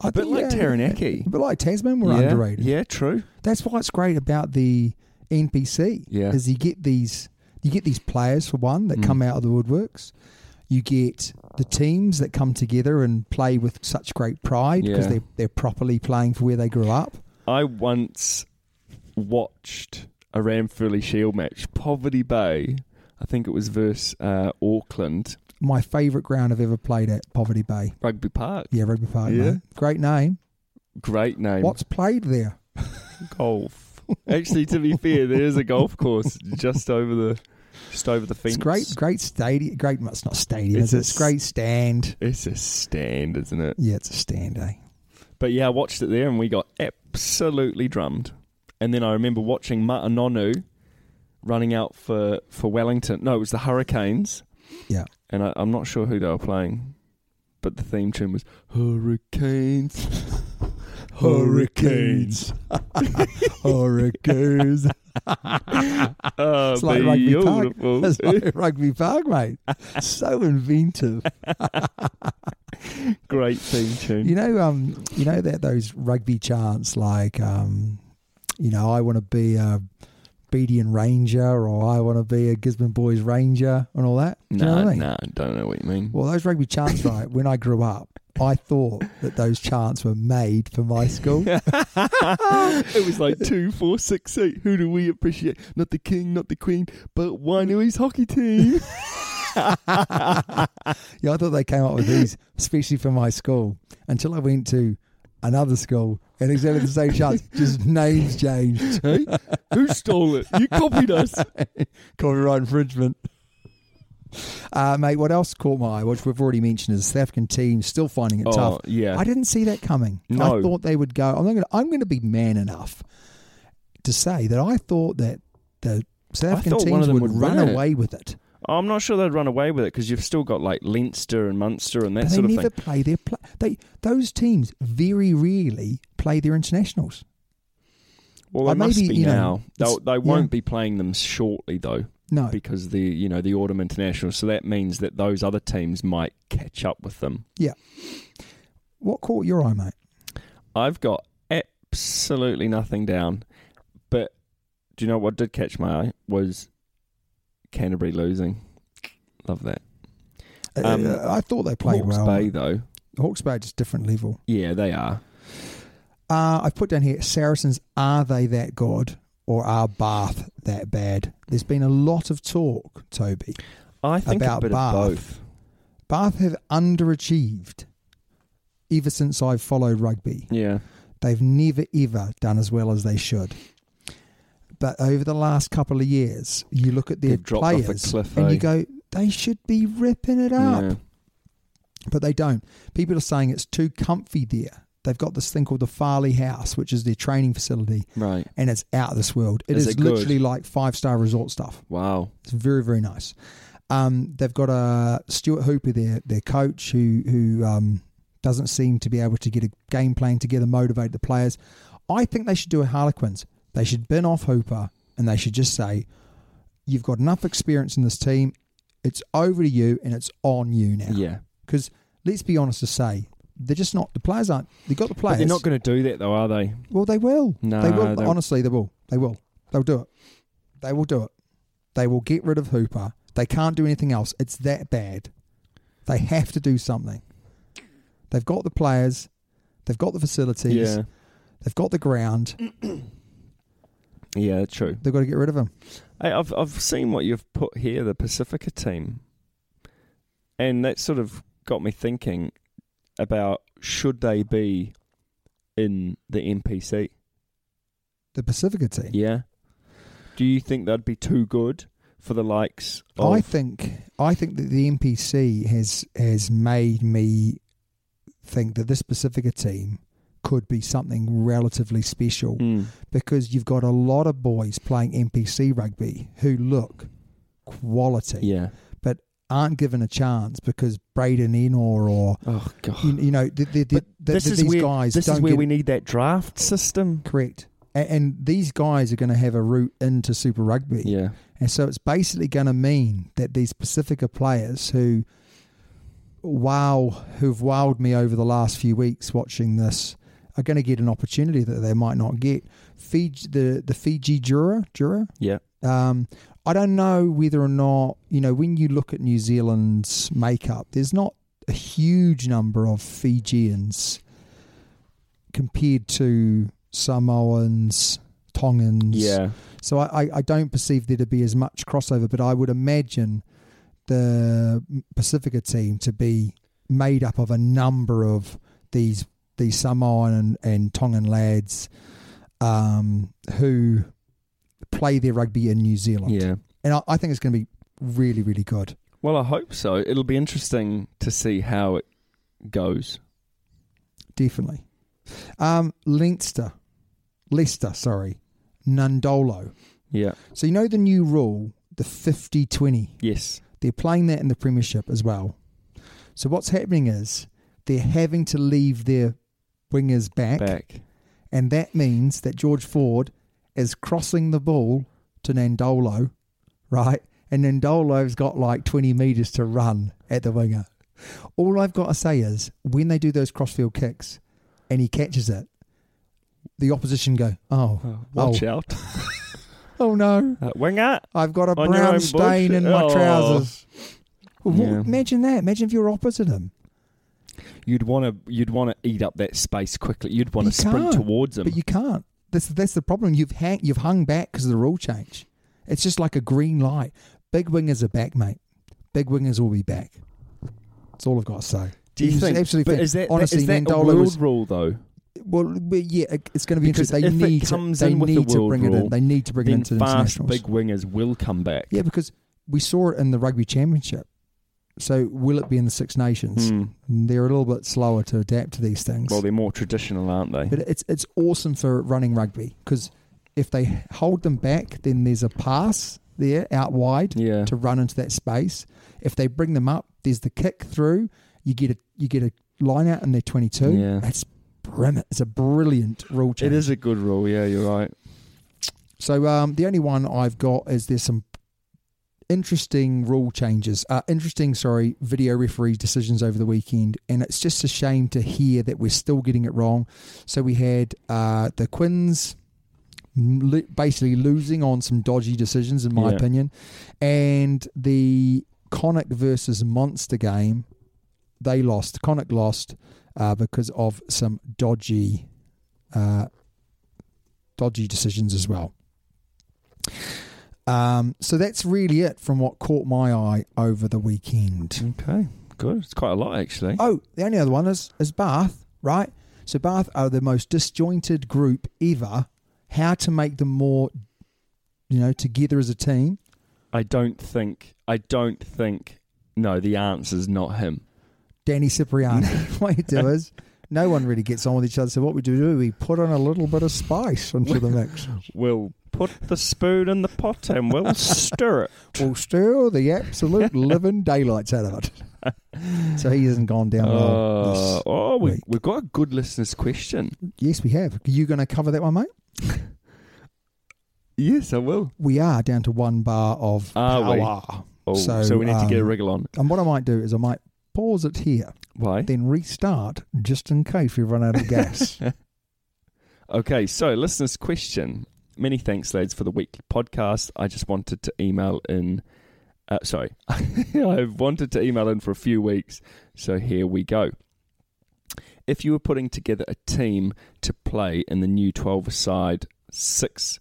Speaker 2: I
Speaker 3: A bit
Speaker 2: think,
Speaker 3: like
Speaker 2: yeah,
Speaker 3: Taranaki.
Speaker 2: A bit like Tasman were
Speaker 3: yeah,
Speaker 2: underrated.
Speaker 3: Yeah, true.
Speaker 2: That's why it's great about the NPC.
Speaker 3: Yeah.
Speaker 2: Is you get these you get these players for one that
Speaker 3: Mm.
Speaker 2: come out of the woodworks. You get the teams that come together and play with such great pride because
Speaker 3: Yeah.
Speaker 2: they're they're properly playing for where they grew up.
Speaker 3: I once watched a Ramfurly Shield match, Poverty Bay. I think it was versus uh, Auckland
Speaker 2: My favourite ground I've ever played at Poverty Bay.
Speaker 3: Rugby Park.
Speaker 2: Yeah, Rugby Park.
Speaker 3: Yeah.
Speaker 2: mate. Great name.
Speaker 3: Great name.
Speaker 2: What's played there?
Speaker 3: golf. Actually, to be fair, there is a golf course just over the just over the fence.
Speaker 2: It's great, great stadium. Great, it's not stadium.
Speaker 3: It's
Speaker 2: It's,
Speaker 3: a
Speaker 2: it's great stand.
Speaker 3: It's a stand, isn't it?
Speaker 2: Yeah, it's a stand, eh?
Speaker 3: But yeah, I watched it there and we got absolutely drummed. And then I remember watching Matanonu running out for, for Wellington. No, it was the Hurricanes.
Speaker 2: Yeah.
Speaker 3: And I, I'm not sure who they were playing, but the theme tune was Hurricanes. Hurricanes.
Speaker 2: Hurricanes.
Speaker 3: Oh,
Speaker 2: It's like rugby park.
Speaker 3: beautiful.
Speaker 2: That's like rugby park, mate. So inventive.
Speaker 3: Great theme tune.
Speaker 2: You know, um, you know that those rugby chants like, um, you know, I want to be a Bedian Ranger or I want to be a Gisborne Boys Ranger and all that. Do you know
Speaker 3: nah,
Speaker 2: what I mean?
Speaker 3: nah, don't know what you mean.
Speaker 2: Well, those rugby chants, right? when I grew up, I thought that those chants were made for my school.
Speaker 3: it was like two, four, six, eight. Who do we appreciate? Not the king, not the queen, but one who is hockey team.
Speaker 2: Yeah, I thought they came up with these especially for my school until I went to another school and exactly the same chance, just names changed.
Speaker 3: Hey, who stole it? You copied us.
Speaker 2: Copyright infringement. Uh, mate, what else caught my eye, which we've already mentioned, is the South African team still finding it tough.
Speaker 3: Oh, yeah.
Speaker 2: I didn't see that coming.
Speaker 3: No.
Speaker 2: I thought they would go. I'm going to. I'm going to be man enough to say that I thought that the
Speaker 3: I
Speaker 2: South African
Speaker 3: thought
Speaker 2: teams
Speaker 3: one of them
Speaker 2: would,
Speaker 3: would
Speaker 2: run
Speaker 3: win it.
Speaker 2: away with it.
Speaker 3: I'm not sure they'd run away with it because you've still got like Leinster and Munster and that
Speaker 2: But they
Speaker 3: sort of
Speaker 2: never
Speaker 3: thing.
Speaker 2: play their play. They those teams very rarely play their internationals.
Speaker 3: Well, they
Speaker 2: Uh,
Speaker 3: must
Speaker 2: maybe,
Speaker 3: be
Speaker 2: you know,
Speaker 3: now. They'll,
Speaker 2: it's-
Speaker 3: they won't
Speaker 2: yeah.
Speaker 3: be playing them shortly though,
Speaker 2: No,
Speaker 3: because the you know the autumn international. So that means that those other teams might catch up with them.
Speaker 2: what caught your eye, mate?
Speaker 3: I've got absolutely nothing down, but do you know what did catch my eye was Canterbury losing. Love that. Um,
Speaker 2: Uh, I thought they played
Speaker 3: Hawke's
Speaker 2: well.
Speaker 3: Bay though,
Speaker 2: Hawke's Bay is different level.
Speaker 3: yeah, they are.
Speaker 2: Uh, I've put down here Saracens, are they that good or are Bath that bad? There's been a lot of talk, Toby.
Speaker 3: I think
Speaker 2: About
Speaker 3: a bit
Speaker 2: Bath.
Speaker 3: of both.
Speaker 2: Bath have underachieved ever since I've followed rugby.
Speaker 3: Yeah,
Speaker 2: They've never, ever done as well as they should. But over the last couple of years, you look at their
Speaker 3: They've dropped off a
Speaker 2: players
Speaker 3: cliff,
Speaker 2: and
Speaker 3: eh?
Speaker 2: you go, they should be ripping it up.
Speaker 3: yeah.
Speaker 2: but they don't. People are saying it's too comfy there. They've got this thing called the Farley House, which is their training facility,
Speaker 3: right.
Speaker 2: and it's out of this world. It
Speaker 3: Is
Speaker 2: is,
Speaker 3: it good?
Speaker 2: literally like five star resort stuff.
Speaker 3: Wow.
Speaker 2: It's very very nice. Um, they've got a Stuart Hooper, their their coach, who who um, doesn't seem to be able to get a game plan together, motivate the players. I think they should do a Harlequins. They should bin off Hooper, and they should just say, "You've got enough experience in this team. It's over to you, and it's on you now."
Speaker 3: Yeah.
Speaker 2: because let's be honest to say they're just not the players aren't they've got the
Speaker 3: But
Speaker 2: players
Speaker 3: they're not going to do that though, are they?
Speaker 2: well they will
Speaker 3: No,
Speaker 2: they will
Speaker 3: they-
Speaker 2: honestly they will they will they'll do it they will do it they will get rid of Hooper they can't do anything else it's that bad they have to do something they've got the players they've got the facilities
Speaker 3: Yeah.
Speaker 2: they've got the ground
Speaker 3: Yeah, true.
Speaker 2: they've got to get rid of him
Speaker 3: Hey, I've I've seen what you've put here, the Pacifica team, and that sort of got me thinking about should they be in the NPC?
Speaker 2: the Pacifica team
Speaker 3: Yeah. Do you think that'd be too good for the likes of?
Speaker 2: I think I think that the NPC has has made me think that this Pacifica team could be something relatively special
Speaker 3: Mm.
Speaker 2: because you've got a lot of boys playing NPC rugby who look quality
Speaker 3: Yeah.
Speaker 2: but aren't given a chance because Braden Enor or
Speaker 3: Oh god.
Speaker 2: you, you know the, the, the,
Speaker 3: But
Speaker 2: the,
Speaker 3: this
Speaker 2: the-
Speaker 3: is
Speaker 2: these
Speaker 3: where
Speaker 2: guys
Speaker 3: this
Speaker 2: don't
Speaker 3: is where
Speaker 2: get
Speaker 3: we need that draft system.
Speaker 2: correct and, and these guys are going to have a route into Super Rugby
Speaker 3: Yeah.
Speaker 2: and so it's basically going to mean that these Pacifica players who, wow, who've wowed me over the last few weeks watching this, are going to get an opportunity that they might not get. Fiji, the, the Fiji Jura, Jura.
Speaker 3: Yeah.
Speaker 2: Um, I don't know whether or not, you know, when you look at New Zealand's makeup, there's not a huge number of Fijians compared to Samoans, Tongans.
Speaker 3: Yeah.
Speaker 2: So I, I, I don't perceive there to be as much crossover, but I would imagine the Pacifica team to be made up of a number of these these Samoan and, and Tongan lads um, who play their rugby in New Zealand.
Speaker 3: Yeah.
Speaker 2: And I, I think it's going to be really, really good.
Speaker 3: Well, I hope so. It'll be interesting to see how it goes.
Speaker 2: Definitely. Um, Leinster, Leicester, sorry, Nandolo.
Speaker 3: Yeah.
Speaker 2: So you know the new rule, the 50 20.
Speaker 3: Yes.
Speaker 2: They're playing that in the Premiership as well. So what's happening is they're having to leave their wingers back,
Speaker 3: Back.
Speaker 2: and that means that George Ford is crossing the ball to Nandolo, right? And Nandolo's got like 20 metres to run at the winger. All I've got to say is when they do those crossfield kicks and he catches it, the opposition go, oh,
Speaker 3: Watch
Speaker 2: oh,
Speaker 3: out.
Speaker 2: oh no,
Speaker 3: Uh, winger.
Speaker 2: I've got a
Speaker 3: On your own
Speaker 2: brown stain
Speaker 3: bush?
Speaker 2: in my
Speaker 3: Oh.
Speaker 2: trousers. Well,
Speaker 3: Yeah.
Speaker 2: Imagine that. Imagine if you're opposite him.
Speaker 3: Oh. You'd want to you'd want to eat up that space quickly. You'd want
Speaker 2: You
Speaker 3: to sprint
Speaker 2: can't,
Speaker 3: towards him.
Speaker 2: But you can't. That's that's the problem. You've hang, you've hung back because of the rule change. It's just like a green light. Big wingers are back, mate. big wingers will be back. That's all I've got to say.
Speaker 3: Do you
Speaker 2: He's
Speaker 3: think?
Speaker 2: absolutely
Speaker 3: but
Speaker 2: fan-
Speaker 3: is that
Speaker 2: honestly,
Speaker 3: is that a
Speaker 2: Nandola
Speaker 3: world
Speaker 2: was-
Speaker 3: rule though?
Speaker 2: Well, but yeah, it- it's going to be
Speaker 3: Because
Speaker 2: interesting. They
Speaker 3: if it
Speaker 2: need
Speaker 3: comes
Speaker 2: to, they
Speaker 3: in with the
Speaker 2: need to
Speaker 3: world
Speaker 2: bring it in.
Speaker 3: rule,
Speaker 2: They need to bring it
Speaker 3: Then
Speaker 2: into the
Speaker 3: fast
Speaker 2: internationals.
Speaker 3: big wingers will come back.
Speaker 2: Yeah, because we saw it in the rugby championship. So will it be in the Six Nations?
Speaker 3: Hmm.
Speaker 2: They're a little bit slower to adapt to these things.
Speaker 3: Well, they're more traditional, aren't they?
Speaker 2: but it's it's awesome for running rugby because if they hold them back, then there's a pass there out wide
Speaker 3: yeah.
Speaker 2: to run into that space. If they bring them up, there's the kick through. You get a you get a line out and they're 22.
Speaker 3: Yeah.
Speaker 2: That's brilliant. It's a brilliant rule change.
Speaker 3: It is a good rule. Yeah, you're right.
Speaker 2: So um, the only one I've got is there's some interesting rule changes, uh, interesting, sorry, video referee decisions over the weekend, and it's just a shame to hear that we're still getting it wrong. So we had uh, the Quins lo- basically losing on some dodgy decisions, in my
Speaker 3: Yeah.
Speaker 2: opinion, and the Connick versus Monster game, they lost. Connick lost uh, because of some dodgy. Uh, dodgy decisions as well. Um, so that's really it from what caught my eye over the weekend.
Speaker 3: Okay, good. It's quite a lot actually.
Speaker 2: Oh, the only other one is, is Bath, right? So Bath are the most disjointed group ever. How to make them more, you know, together as a team?
Speaker 3: I don't think. I don't think. No, the answer's not him.
Speaker 2: Danny Cipriani, what you do is no one really gets on with each other. So what we do do we put on a little bit of spice into the mix.
Speaker 3: We'll put the spoon in the pot and we'll stir it.
Speaker 2: We'll stir the absolute living daylights out of it. So he hasn't gone down well.
Speaker 3: Uh,
Speaker 2: this-
Speaker 3: oh, we,
Speaker 2: week.
Speaker 3: we've got a good listener's question.
Speaker 2: Yes, we have. Are you going to cover that one, mate?
Speaker 3: Yes, I will.
Speaker 2: We are down to one bar of
Speaker 3: Are we?
Speaker 2: power.
Speaker 3: Oh,
Speaker 2: So,
Speaker 3: so, we need to get a
Speaker 2: um,
Speaker 3: wriggle on.
Speaker 2: And what I might do is I might pause it here,
Speaker 3: Why?
Speaker 2: then restart just in case we run out of gas.
Speaker 3: Okay, so listeners' question. Many thanks, lads, for the weekly podcast. I just wanted to email in. Uh, sorry, I've wanted to email in for a few weeks, so here we go. If you were putting together a team to play in the new 12 side, six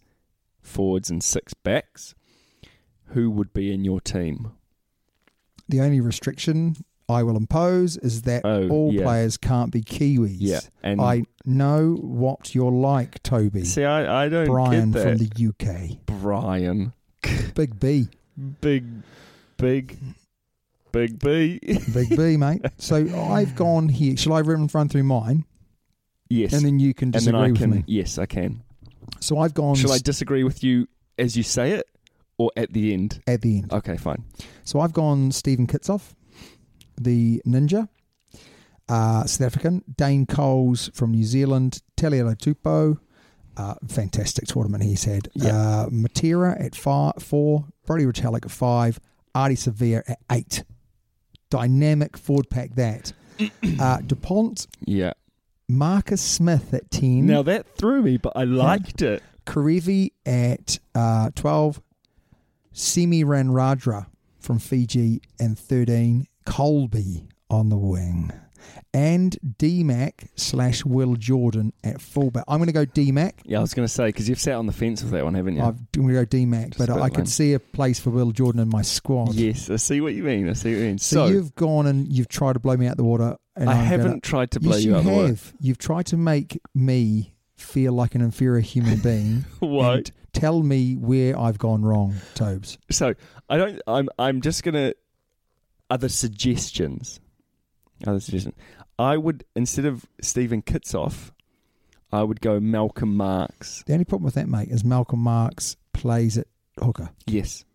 Speaker 3: forwards and six backs, who would be in your team?
Speaker 2: the only restriction I will impose is that
Speaker 3: Oh,
Speaker 2: all
Speaker 3: yeah.
Speaker 2: players can't be Kiwis.
Speaker 3: Yeah, and
Speaker 2: I know what you're like, Toby.
Speaker 3: see, I, I don't
Speaker 2: Brian
Speaker 3: get
Speaker 2: from
Speaker 3: that.
Speaker 2: the UK.
Speaker 3: Brian,
Speaker 2: Big B.
Speaker 3: big, big, big B.
Speaker 2: Big B, mate. So I've gone here. Shall I run, run through mine?
Speaker 3: yes,
Speaker 2: And then you can
Speaker 3: and
Speaker 2: disagree
Speaker 3: then I
Speaker 2: with
Speaker 3: can.
Speaker 2: me.
Speaker 3: Yes, I can.
Speaker 2: So I've gone
Speaker 3: Shall I
Speaker 2: s-
Speaker 3: disagree with you as you say it, or at the end?
Speaker 2: at the end.
Speaker 3: Okay, fine.
Speaker 2: So I've gone Stephen Kitsoff, the ninja, uh, South African, Dane Coles from New Zealand, Taliela Tupo, uh, fantastic tournament he's had.
Speaker 3: Yeah.
Speaker 2: Uh, Matera at fi four, Brody Retallick at five, Artie Severe at eight. Dynamic forward pack that. uh, DuPont,
Speaker 3: Yeah.
Speaker 2: Marcus Smith at 10,
Speaker 3: Now that threw me, but I liked it.
Speaker 2: Karevi at uh, 12, Semi Ranradra from Fiji and 13, Colby on the wing, and DMAC slash Will Jordan at fullback. I'm going to go DMAC.
Speaker 3: Yeah, I was going to say because you've sat on the fence with that one, haven't you?
Speaker 2: I've- I'm going to go DMAC,
Speaker 3: Just
Speaker 2: but
Speaker 3: a bit
Speaker 2: I could
Speaker 3: lame.
Speaker 2: see a place for Will Jordan in my squad.
Speaker 3: yes, I see what you mean. I see what you mean.
Speaker 2: So,
Speaker 3: So,
Speaker 2: you've gone and you've tried to blow me out the water. And
Speaker 3: I
Speaker 2: I'm
Speaker 3: haven't
Speaker 2: Gonna,
Speaker 3: tried to blow
Speaker 2: yes, you
Speaker 3: you out the water.
Speaker 2: have. You've tried to make me feel like an inferior human being.
Speaker 3: Why?
Speaker 2: and tell me where I've gone wrong, Tobes.
Speaker 3: So I don't. I'm. I'm just gonna. Other suggestions. Other suggestions. I would instead of Stephen Kitsoff, I would go Malcolm Marks.
Speaker 2: The only problem with that, mate, is Malcolm Marks plays at hooker.
Speaker 3: Yes.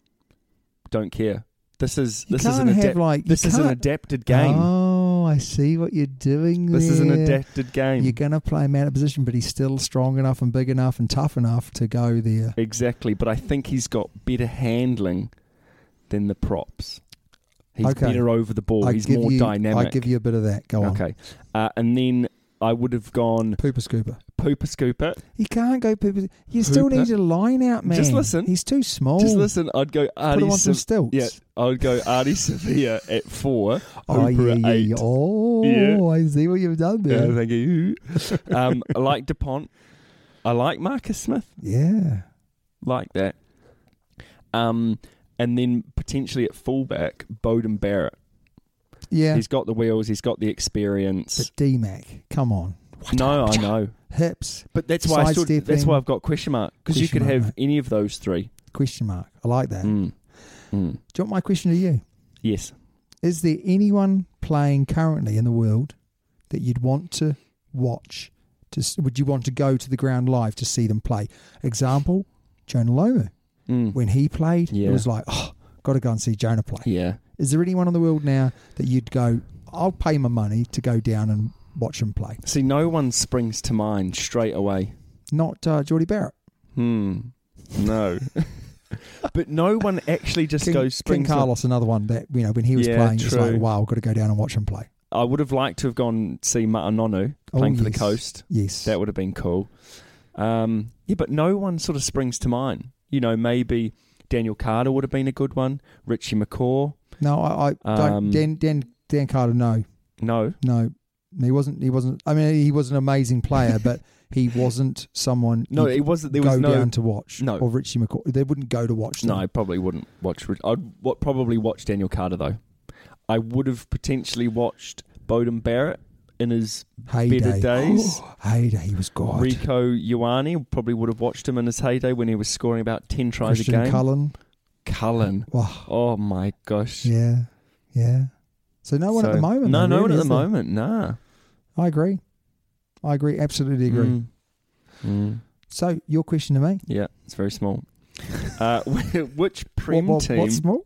Speaker 3: Don't care. This is
Speaker 2: You
Speaker 3: this is
Speaker 2: can't
Speaker 3: an
Speaker 2: have
Speaker 3: adapt.
Speaker 2: like you
Speaker 3: This is an
Speaker 2: can't-
Speaker 3: adapted game.
Speaker 2: Oh, I see what you're doing.
Speaker 3: this is an
Speaker 2: there.
Speaker 3: adapted game.
Speaker 2: You're gonna play him out of position, but he's still strong enough and big enough and tough enough to go there.
Speaker 3: Exactly, but I think he's got better handling than the props. He's
Speaker 2: Okay.
Speaker 3: better over the ball.
Speaker 2: I
Speaker 3: Oh, he's
Speaker 2: give
Speaker 3: more
Speaker 2: you,
Speaker 3: dynamic.
Speaker 2: I give you a bit of that. Go on,
Speaker 3: okay, uh, and then I would have gone
Speaker 2: pooper scooper.
Speaker 3: pooper scooper.
Speaker 2: He can't go pooper. You still
Speaker 3: Hooper.
Speaker 2: need a line out, man.
Speaker 3: Just listen.
Speaker 2: He's too small.
Speaker 3: Just listen. I'd go
Speaker 2: Oh. Put
Speaker 3: Artie.
Speaker 2: him on some
Speaker 3: Sev-
Speaker 2: stilts.
Speaker 3: yeah, I'd go Artie Sevilla at four.
Speaker 2: Oh,
Speaker 3: Hooper
Speaker 2: yeah,
Speaker 3: at
Speaker 2: yeah,
Speaker 3: eight.
Speaker 2: yeah. Oh,
Speaker 3: Yeah.
Speaker 2: I see what you've done
Speaker 3: Yeah,
Speaker 2: there.
Speaker 3: thank you. um, I like Dupont. I like Marcus Smith.
Speaker 2: Yeah.
Speaker 3: Like that. Um, and then potentially at fullback, Bowden Barrett.
Speaker 2: Yeah.
Speaker 3: He's got the wheels. He's got the experience.
Speaker 2: But DMAC, come on.
Speaker 3: no, I know,
Speaker 2: Hips,
Speaker 3: but that's why I still,
Speaker 2: Sidestepping.
Speaker 3: that's why I've got question mark because you
Speaker 2: Question
Speaker 3: could
Speaker 2: mark,
Speaker 3: have
Speaker 2: mate.
Speaker 3: any of those three.
Speaker 2: question mark. I like that.
Speaker 3: Mm. Mm.
Speaker 2: Do you want my question to you?
Speaker 3: Yes,
Speaker 2: Is there anyone playing currently in the world that you'd want to watch? To, s- would you want to go to the ground live to see them play? Example, Jonah Lomu.
Speaker 3: Mm.
Speaker 2: When he played,
Speaker 3: Yeah.
Speaker 2: it was like, oh, got to go and see Jonah play.
Speaker 3: yeah.
Speaker 2: Is there anyone in the world now that you'd go, I'll pay my money to go down and watch him play?
Speaker 3: See, no one springs to mind straight away.
Speaker 2: Not uh, Geordie Barrett.
Speaker 3: Hmm. No. but no one actually just
Speaker 2: King,
Speaker 3: goes
Speaker 2: King
Speaker 3: springs. to-
Speaker 2: Carlos, another one that, you know, when he was
Speaker 3: Yeah,
Speaker 2: playing, it was
Speaker 3: true.
Speaker 2: like, wow, I've got to go down and watch him play.
Speaker 3: I would have liked to have gone see Matanonu
Speaker 2: Oh,
Speaker 3: playing for the
Speaker 2: yes.
Speaker 3: coast.
Speaker 2: Yes.
Speaker 3: That would have been cool. Um, yeah, but no one sort of springs to mind. You know, maybe Daniel Carter would have been a good one. Richie McCaw.
Speaker 2: no, I, I don't.
Speaker 3: Um,
Speaker 2: Dan, Dan, Dan Carter, no.
Speaker 3: No.
Speaker 2: No, he wasn't. He wasn't. I mean, he was an amazing player, but he wasn't someone.
Speaker 3: No,
Speaker 2: you'd
Speaker 3: it wasn't. There
Speaker 2: go
Speaker 3: was no.
Speaker 2: down to watch.
Speaker 3: no.
Speaker 2: or Richie McCaw. They wouldn't go to watch. Them.
Speaker 3: No, I probably wouldn't watch. Rich- I'd wa- probably watch Daniel Carter though. I would have potentially watched Bowden Barrett in his
Speaker 2: heyday. Oh,
Speaker 3: better days.
Speaker 2: heyday, he was God.
Speaker 3: Rico Ioane. Probably would have watched him in his heyday when he was scoring about ten tries a
Speaker 2: Christian
Speaker 3: game.
Speaker 2: Cullen.
Speaker 3: Cullen.
Speaker 2: Wow.
Speaker 3: Oh my gosh.
Speaker 2: Yeah, yeah. So no one at
Speaker 3: So-
Speaker 2: the moment.
Speaker 3: No,
Speaker 2: though,
Speaker 3: no one
Speaker 2: really,
Speaker 3: at the
Speaker 2: is there?
Speaker 3: moment. Nah.
Speaker 2: I agree. I agree. Absolutely agree.
Speaker 3: Mm. Mm.
Speaker 2: So your question to me?
Speaker 3: Yeah, it's very small. Uh, which
Speaker 2: What,
Speaker 3: prem
Speaker 2: what,
Speaker 3: team?
Speaker 2: What's more?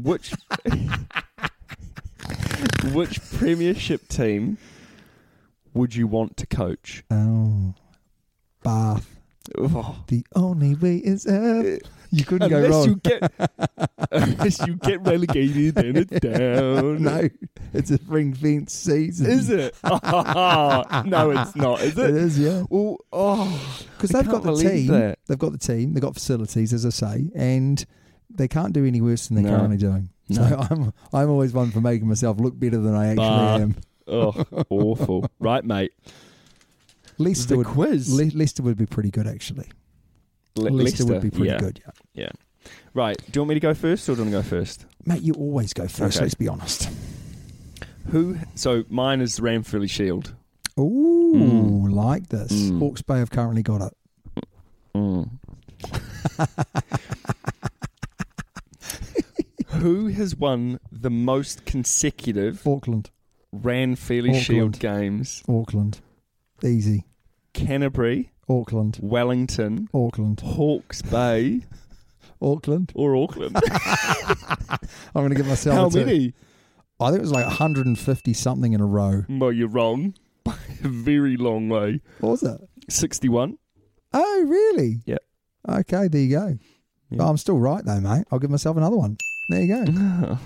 Speaker 3: which which premiership team would you want to coach?
Speaker 2: Oh, Bath.
Speaker 3: Oh,
Speaker 2: The only way is up. You couldn't
Speaker 3: unless
Speaker 2: go wrong.
Speaker 3: you get unless you get relegated, then it's down.
Speaker 2: no, it's a ring fence season.
Speaker 3: is it? no, it's not. Is
Speaker 2: It
Speaker 3: it?
Speaker 2: is, yeah.
Speaker 3: Well, oh,
Speaker 2: Because
Speaker 3: I
Speaker 2: they've got
Speaker 3: can't
Speaker 2: the
Speaker 3: believe
Speaker 2: team.
Speaker 3: that.
Speaker 2: They've got the team. They've got facilities, as I say, and they can't do any worse than they're
Speaker 3: No.
Speaker 2: currently doing. So
Speaker 3: No.
Speaker 2: I'm I'm always one for making myself look better than I actually
Speaker 3: Bah.
Speaker 2: am.
Speaker 3: oh, awful. Right, mate.
Speaker 2: Leicester
Speaker 3: the
Speaker 2: would
Speaker 3: quiz.
Speaker 2: Le- Leicester would be pretty good actually.
Speaker 3: Le-
Speaker 2: Leicester, would be pretty
Speaker 3: yeah.
Speaker 2: good. Yeah.
Speaker 3: Right. Do you want me to go first or do you want to go first?
Speaker 2: Mate, you always go first.
Speaker 3: Okay.
Speaker 2: Let's be honest.
Speaker 3: Who? So mine is Ramfurly Shield.
Speaker 2: Ooh,
Speaker 3: Mm.
Speaker 2: like this.
Speaker 3: Mm.
Speaker 2: Hawke's Bay have currently got it.
Speaker 3: Who has won the most consecutive
Speaker 2: Auckland,
Speaker 3: Ranfurly Shield
Speaker 2: Auckland.
Speaker 3: games?
Speaker 2: Auckland, easy.
Speaker 3: Canterbury,
Speaker 2: Auckland,
Speaker 3: Wellington,
Speaker 2: Auckland,
Speaker 3: Hawke's Bay,
Speaker 2: Auckland.
Speaker 3: or Auckland?
Speaker 2: I'm going to give myself
Speaker 3: How
Speaker 2: a two.
Speaker 3: many?
Speaker 2: I think it was like 150 something in a row.
Speaker 3: Well, you're wrong by a very long way.
Speaker 2: What was it?
Speaker 3: 61.
Speaker 2: Oh, really?
Speaker 3: Yeah.
Speaker 2: Okay, there you go.
Speaker 3: Yeah.
Speaker 2: Oh, I'm still right though, mate. I'll give myself another one. There you go.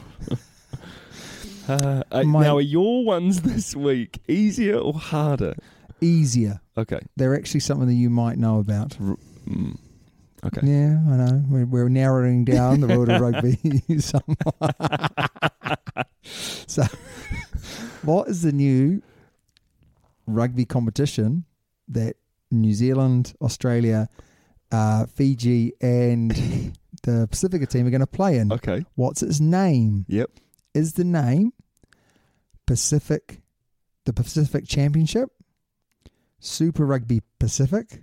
Speaker 3: uh, uh,
Speaker 2: My-
Speaker 3: now, are your ones this week easier or harder?
Speaker 2: Easier.
Speaker 3: Okay.
Speaker 2: They're actually something that you might know about.
Speaker 3: Mm. Okay.
Speaker 2: Yeah, I know. We're, we're narrowing down the world of rugby somewhat. so, what is the new rugby competition that New Zealand, Australia, uh, Fiji, and the Pacifica team are going to play in?
Speaker 3: Okay.
Speaker 2: What's its name?
Speaker 3: Yep.
Speaker 2: Is the name Pacific, the Pacific Championship, Super Rugby Pacific,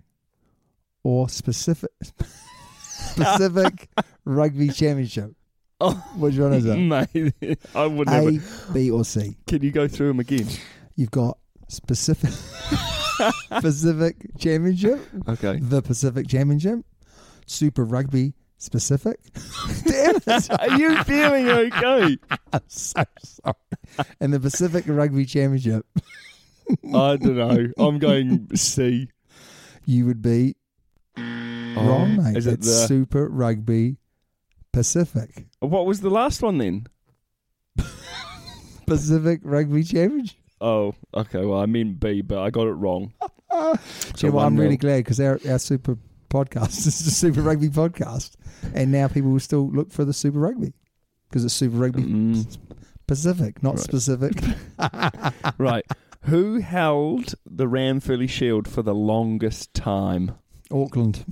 Speaker 2: or specific Pacific Rugby Championship?
Speaker 3: Oh,
Speaker 2: Which one is it?
Speaker 3: Mate, I would never.
Speaker 2: A, B, or C?
Speaker 3: Can you go through them again?
Speaker 2: You've got specific Pacific Championship,
Speaker 3: Okay.
Speaker 2: the Pacific Championship, Super Rugby Specific. Damn it!
Speaker 3: Are you feeling okay?
Speaker 2: I'm so sorry. And the Pacific Rugby Championship,
Speaker 3: I don't know. I'm going C.
Speaker 2: you would be wrong, mate.
Speaker 3: Oh, Is it
Speaker 2: it's
Speaker 3: the-
Speaker 2: Super Rugby Pacific.
Speaker 3: What was the last one then?
Speaker 2: Pacific Rugby Championship.
Speaker 3: Oh, okay. Well, I meant B, but I got it wrong.
Speaker 2: Do you know what? I'm
Speaker 3: one
Speaker 2: really
Speaker 3: nil.
Speaker 2: glad because our, our Super podcast is the Super Rugby podcast, and now people will still look for the Super Rugby because it's Super Rugby
Speaker 3: Mm.
Speaker 2: Pacific, not
Speaker 3: Right.
Speaker 2: specific.
Speaker 3: right. Who held the Ramfurly Shield for the longest time?
Speaker 2: Auckland.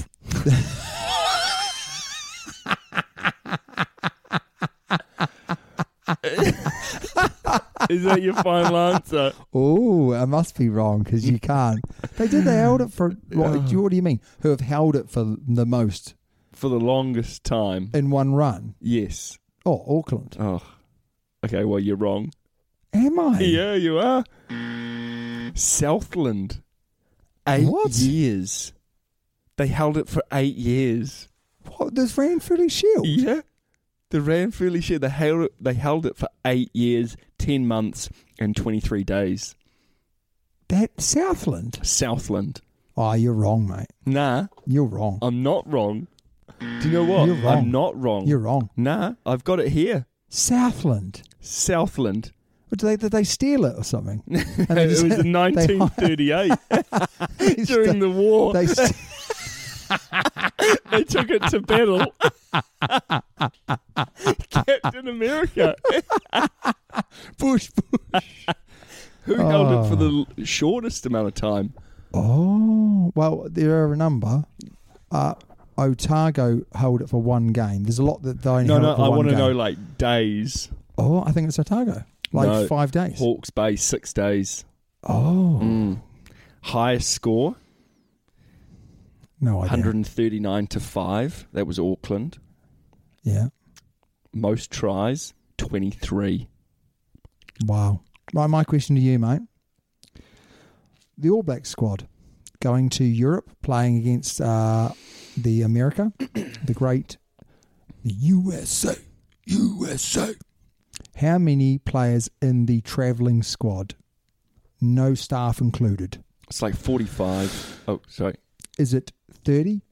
Speaker 3: Is that your final answer?
Speaker 2: Oh, I must be wrong because you can't. They did. They held it for. What, do you, what do you mean? Who have held it for the most
Speaker 3: For the longest time.
Speaker 2: in one run?
Speaker 3: Yes.
Speaker 2: Oh, Auckland.
Speaker 3: Oh. Okay, well, you're wrong.
Speaker 2: Am I?
Speaker 3: Yeah, you are. Southland. Eight
Speaker 2: What?
Speaker 3: years. They held it for eight years.
Speaker 2: What? This ran fairly Shield.
Speaker 3: Yeah. The Ranfurly share they held it, they held it for eight years, ten months, and twenty three days.
Speaker 2: That Southland.
Speaker 3: Southland.
Speaker 2: Oh, you're wrong, mate.
Speaker 3: Nah,
Speaker 2: You're wrong.
Speaker 3: I'm not wrong. Do you know what?
Speaker 2: You're wrong.
Speaker 3: I'm not wrong.
Speaker 2: You're wrong.
Speaker 3: nah, I've got it here.
Speaker 2: Southland.
Speaker 3: Southland.
Speaker 2: Or Did they, did they steal it or something? And they
Speaker 3: It was
Speaker 2: just- they
Speaker 3: in 1938
Speaker 2: hired-
Speaker 3: during the war.
Speaker 2: They, st-
Speaker 3: They took it to battle. Captain America.
Speaker 2: push, push.
Speaker 3: Who held it for the
Speaker 2: Ah.
Speaker 3: l- shortest amount of time?
Speaker 2: Oh, well, there are a number. Uh, Otago held it for one game. There's a lot that they only
Speaker 3: No,
Speaker 2: held
Speaker 3: no,
Speaker 2: it for
Speaker 3: I
Speaker 2: one
Speaker 3: want to
Speaker 2: game.
Speaker 3: know like days.
Speaker 2: Oh, I think it's Otago. Like
Speaker 3: No.
Speaker 2: five days.
Speaker 3: Hawke's Bay, six days.
Speaker 2: Oh,
Speaker 3: Mm. Highest score,
Speaker 2: no idea.
Speaker 3: 139 to 5. That was Auckland.
Speaker 2: Yeah.
Speaker 3: Most tries, 23.
Speaker 2: Wow. Right, my question to you, mate. The All Black squad going to Europe, playing against uh, the America, the great the USA, USA. How many players in the travelling squad? No staff included.
Speaker 3: It's like 45. Oh, sorry.
Speaker 2: Is it 30,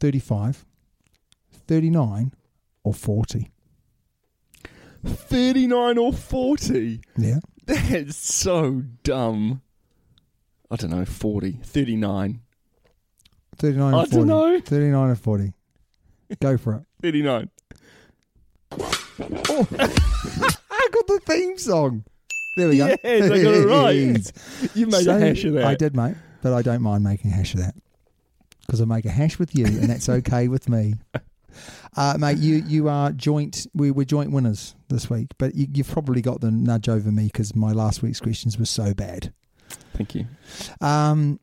Speaker 2: 35, 39, or 40?
Speaker 3: 39 or 40.
Speaker 2: Yeah.
Speaker 3: That's so dumb. I don't know, 40, 39.
Speaker 2: 39
Speaker 3: I
Speaker 2: or
Speaker 3: don't
Speaker 2: 40.
Speaker 3: know.
Speaker 2: 39 or 40. Go for it.
Speaker 3: 39.
Speaker 2: Oh. I got the theme song. There we go.
Speaker 3: Yes, I got it right. You made
Speaker 2: So-
Speaker 3: a hash of that.
Speaker 2: I did, mate, but I don't mind making a hash of that because I make a hash with you, and that's okay with me. Uh, mate, you you are joint. We were joint winners this week, but you, you've probably got the nudge over me because my last week's questions were so bad.
Speaker 3: Thank you.
Speaker 2: Um,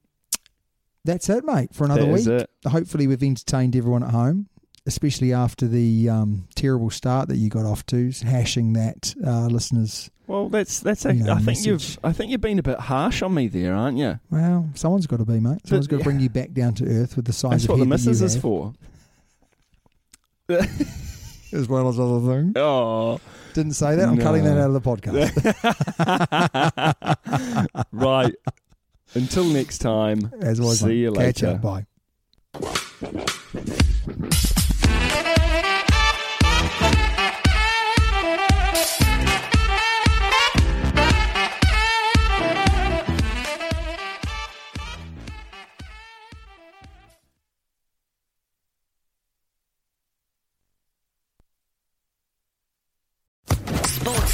Speaker 2: that's it, mate, for another
Speaker 3: That
Speaker 2: week.
Speaker 3: is it.
Speaker 2: Hopefully, we've entertained everyone at home, especially after the um, terrible start that you got off to, hashing that uh, listeners.
Speaker 3: Well, that's that's. A,
Speaker 2: You know,
Speaker 3: I think
Speaker 2: message.
Speaker 3: you've I think you've been a bit harsh on me there, aren't you?
Speaker 2: Well, someone's got to be, mate. Someone's got to
Speaker 3: yeah.
Speaker 2: bring you back down to earth with the size
Speaker 3: That's
Speaker 2: of
Speaker 3: what the
Speaker 2: head that you
Speaker 3: missus is
Speaker 2: have.
Speaker 3: for.
Speaker 2: As well as other things.
Speaker 3: Oh.
Speaker 2: Didn't say that. I'm cutting
Speaker 3: No.
Speaker 2: that out of the podcast.
Speaker 3: right. Until next time.
Speaker 2: As always,
Speaker 3: See
Speaker 2: mate.
Speaker 3: you
Speaker 2: Catch
Speaker 3: later.
Speaker 2: ya. Bye.
Speaker 1: Sports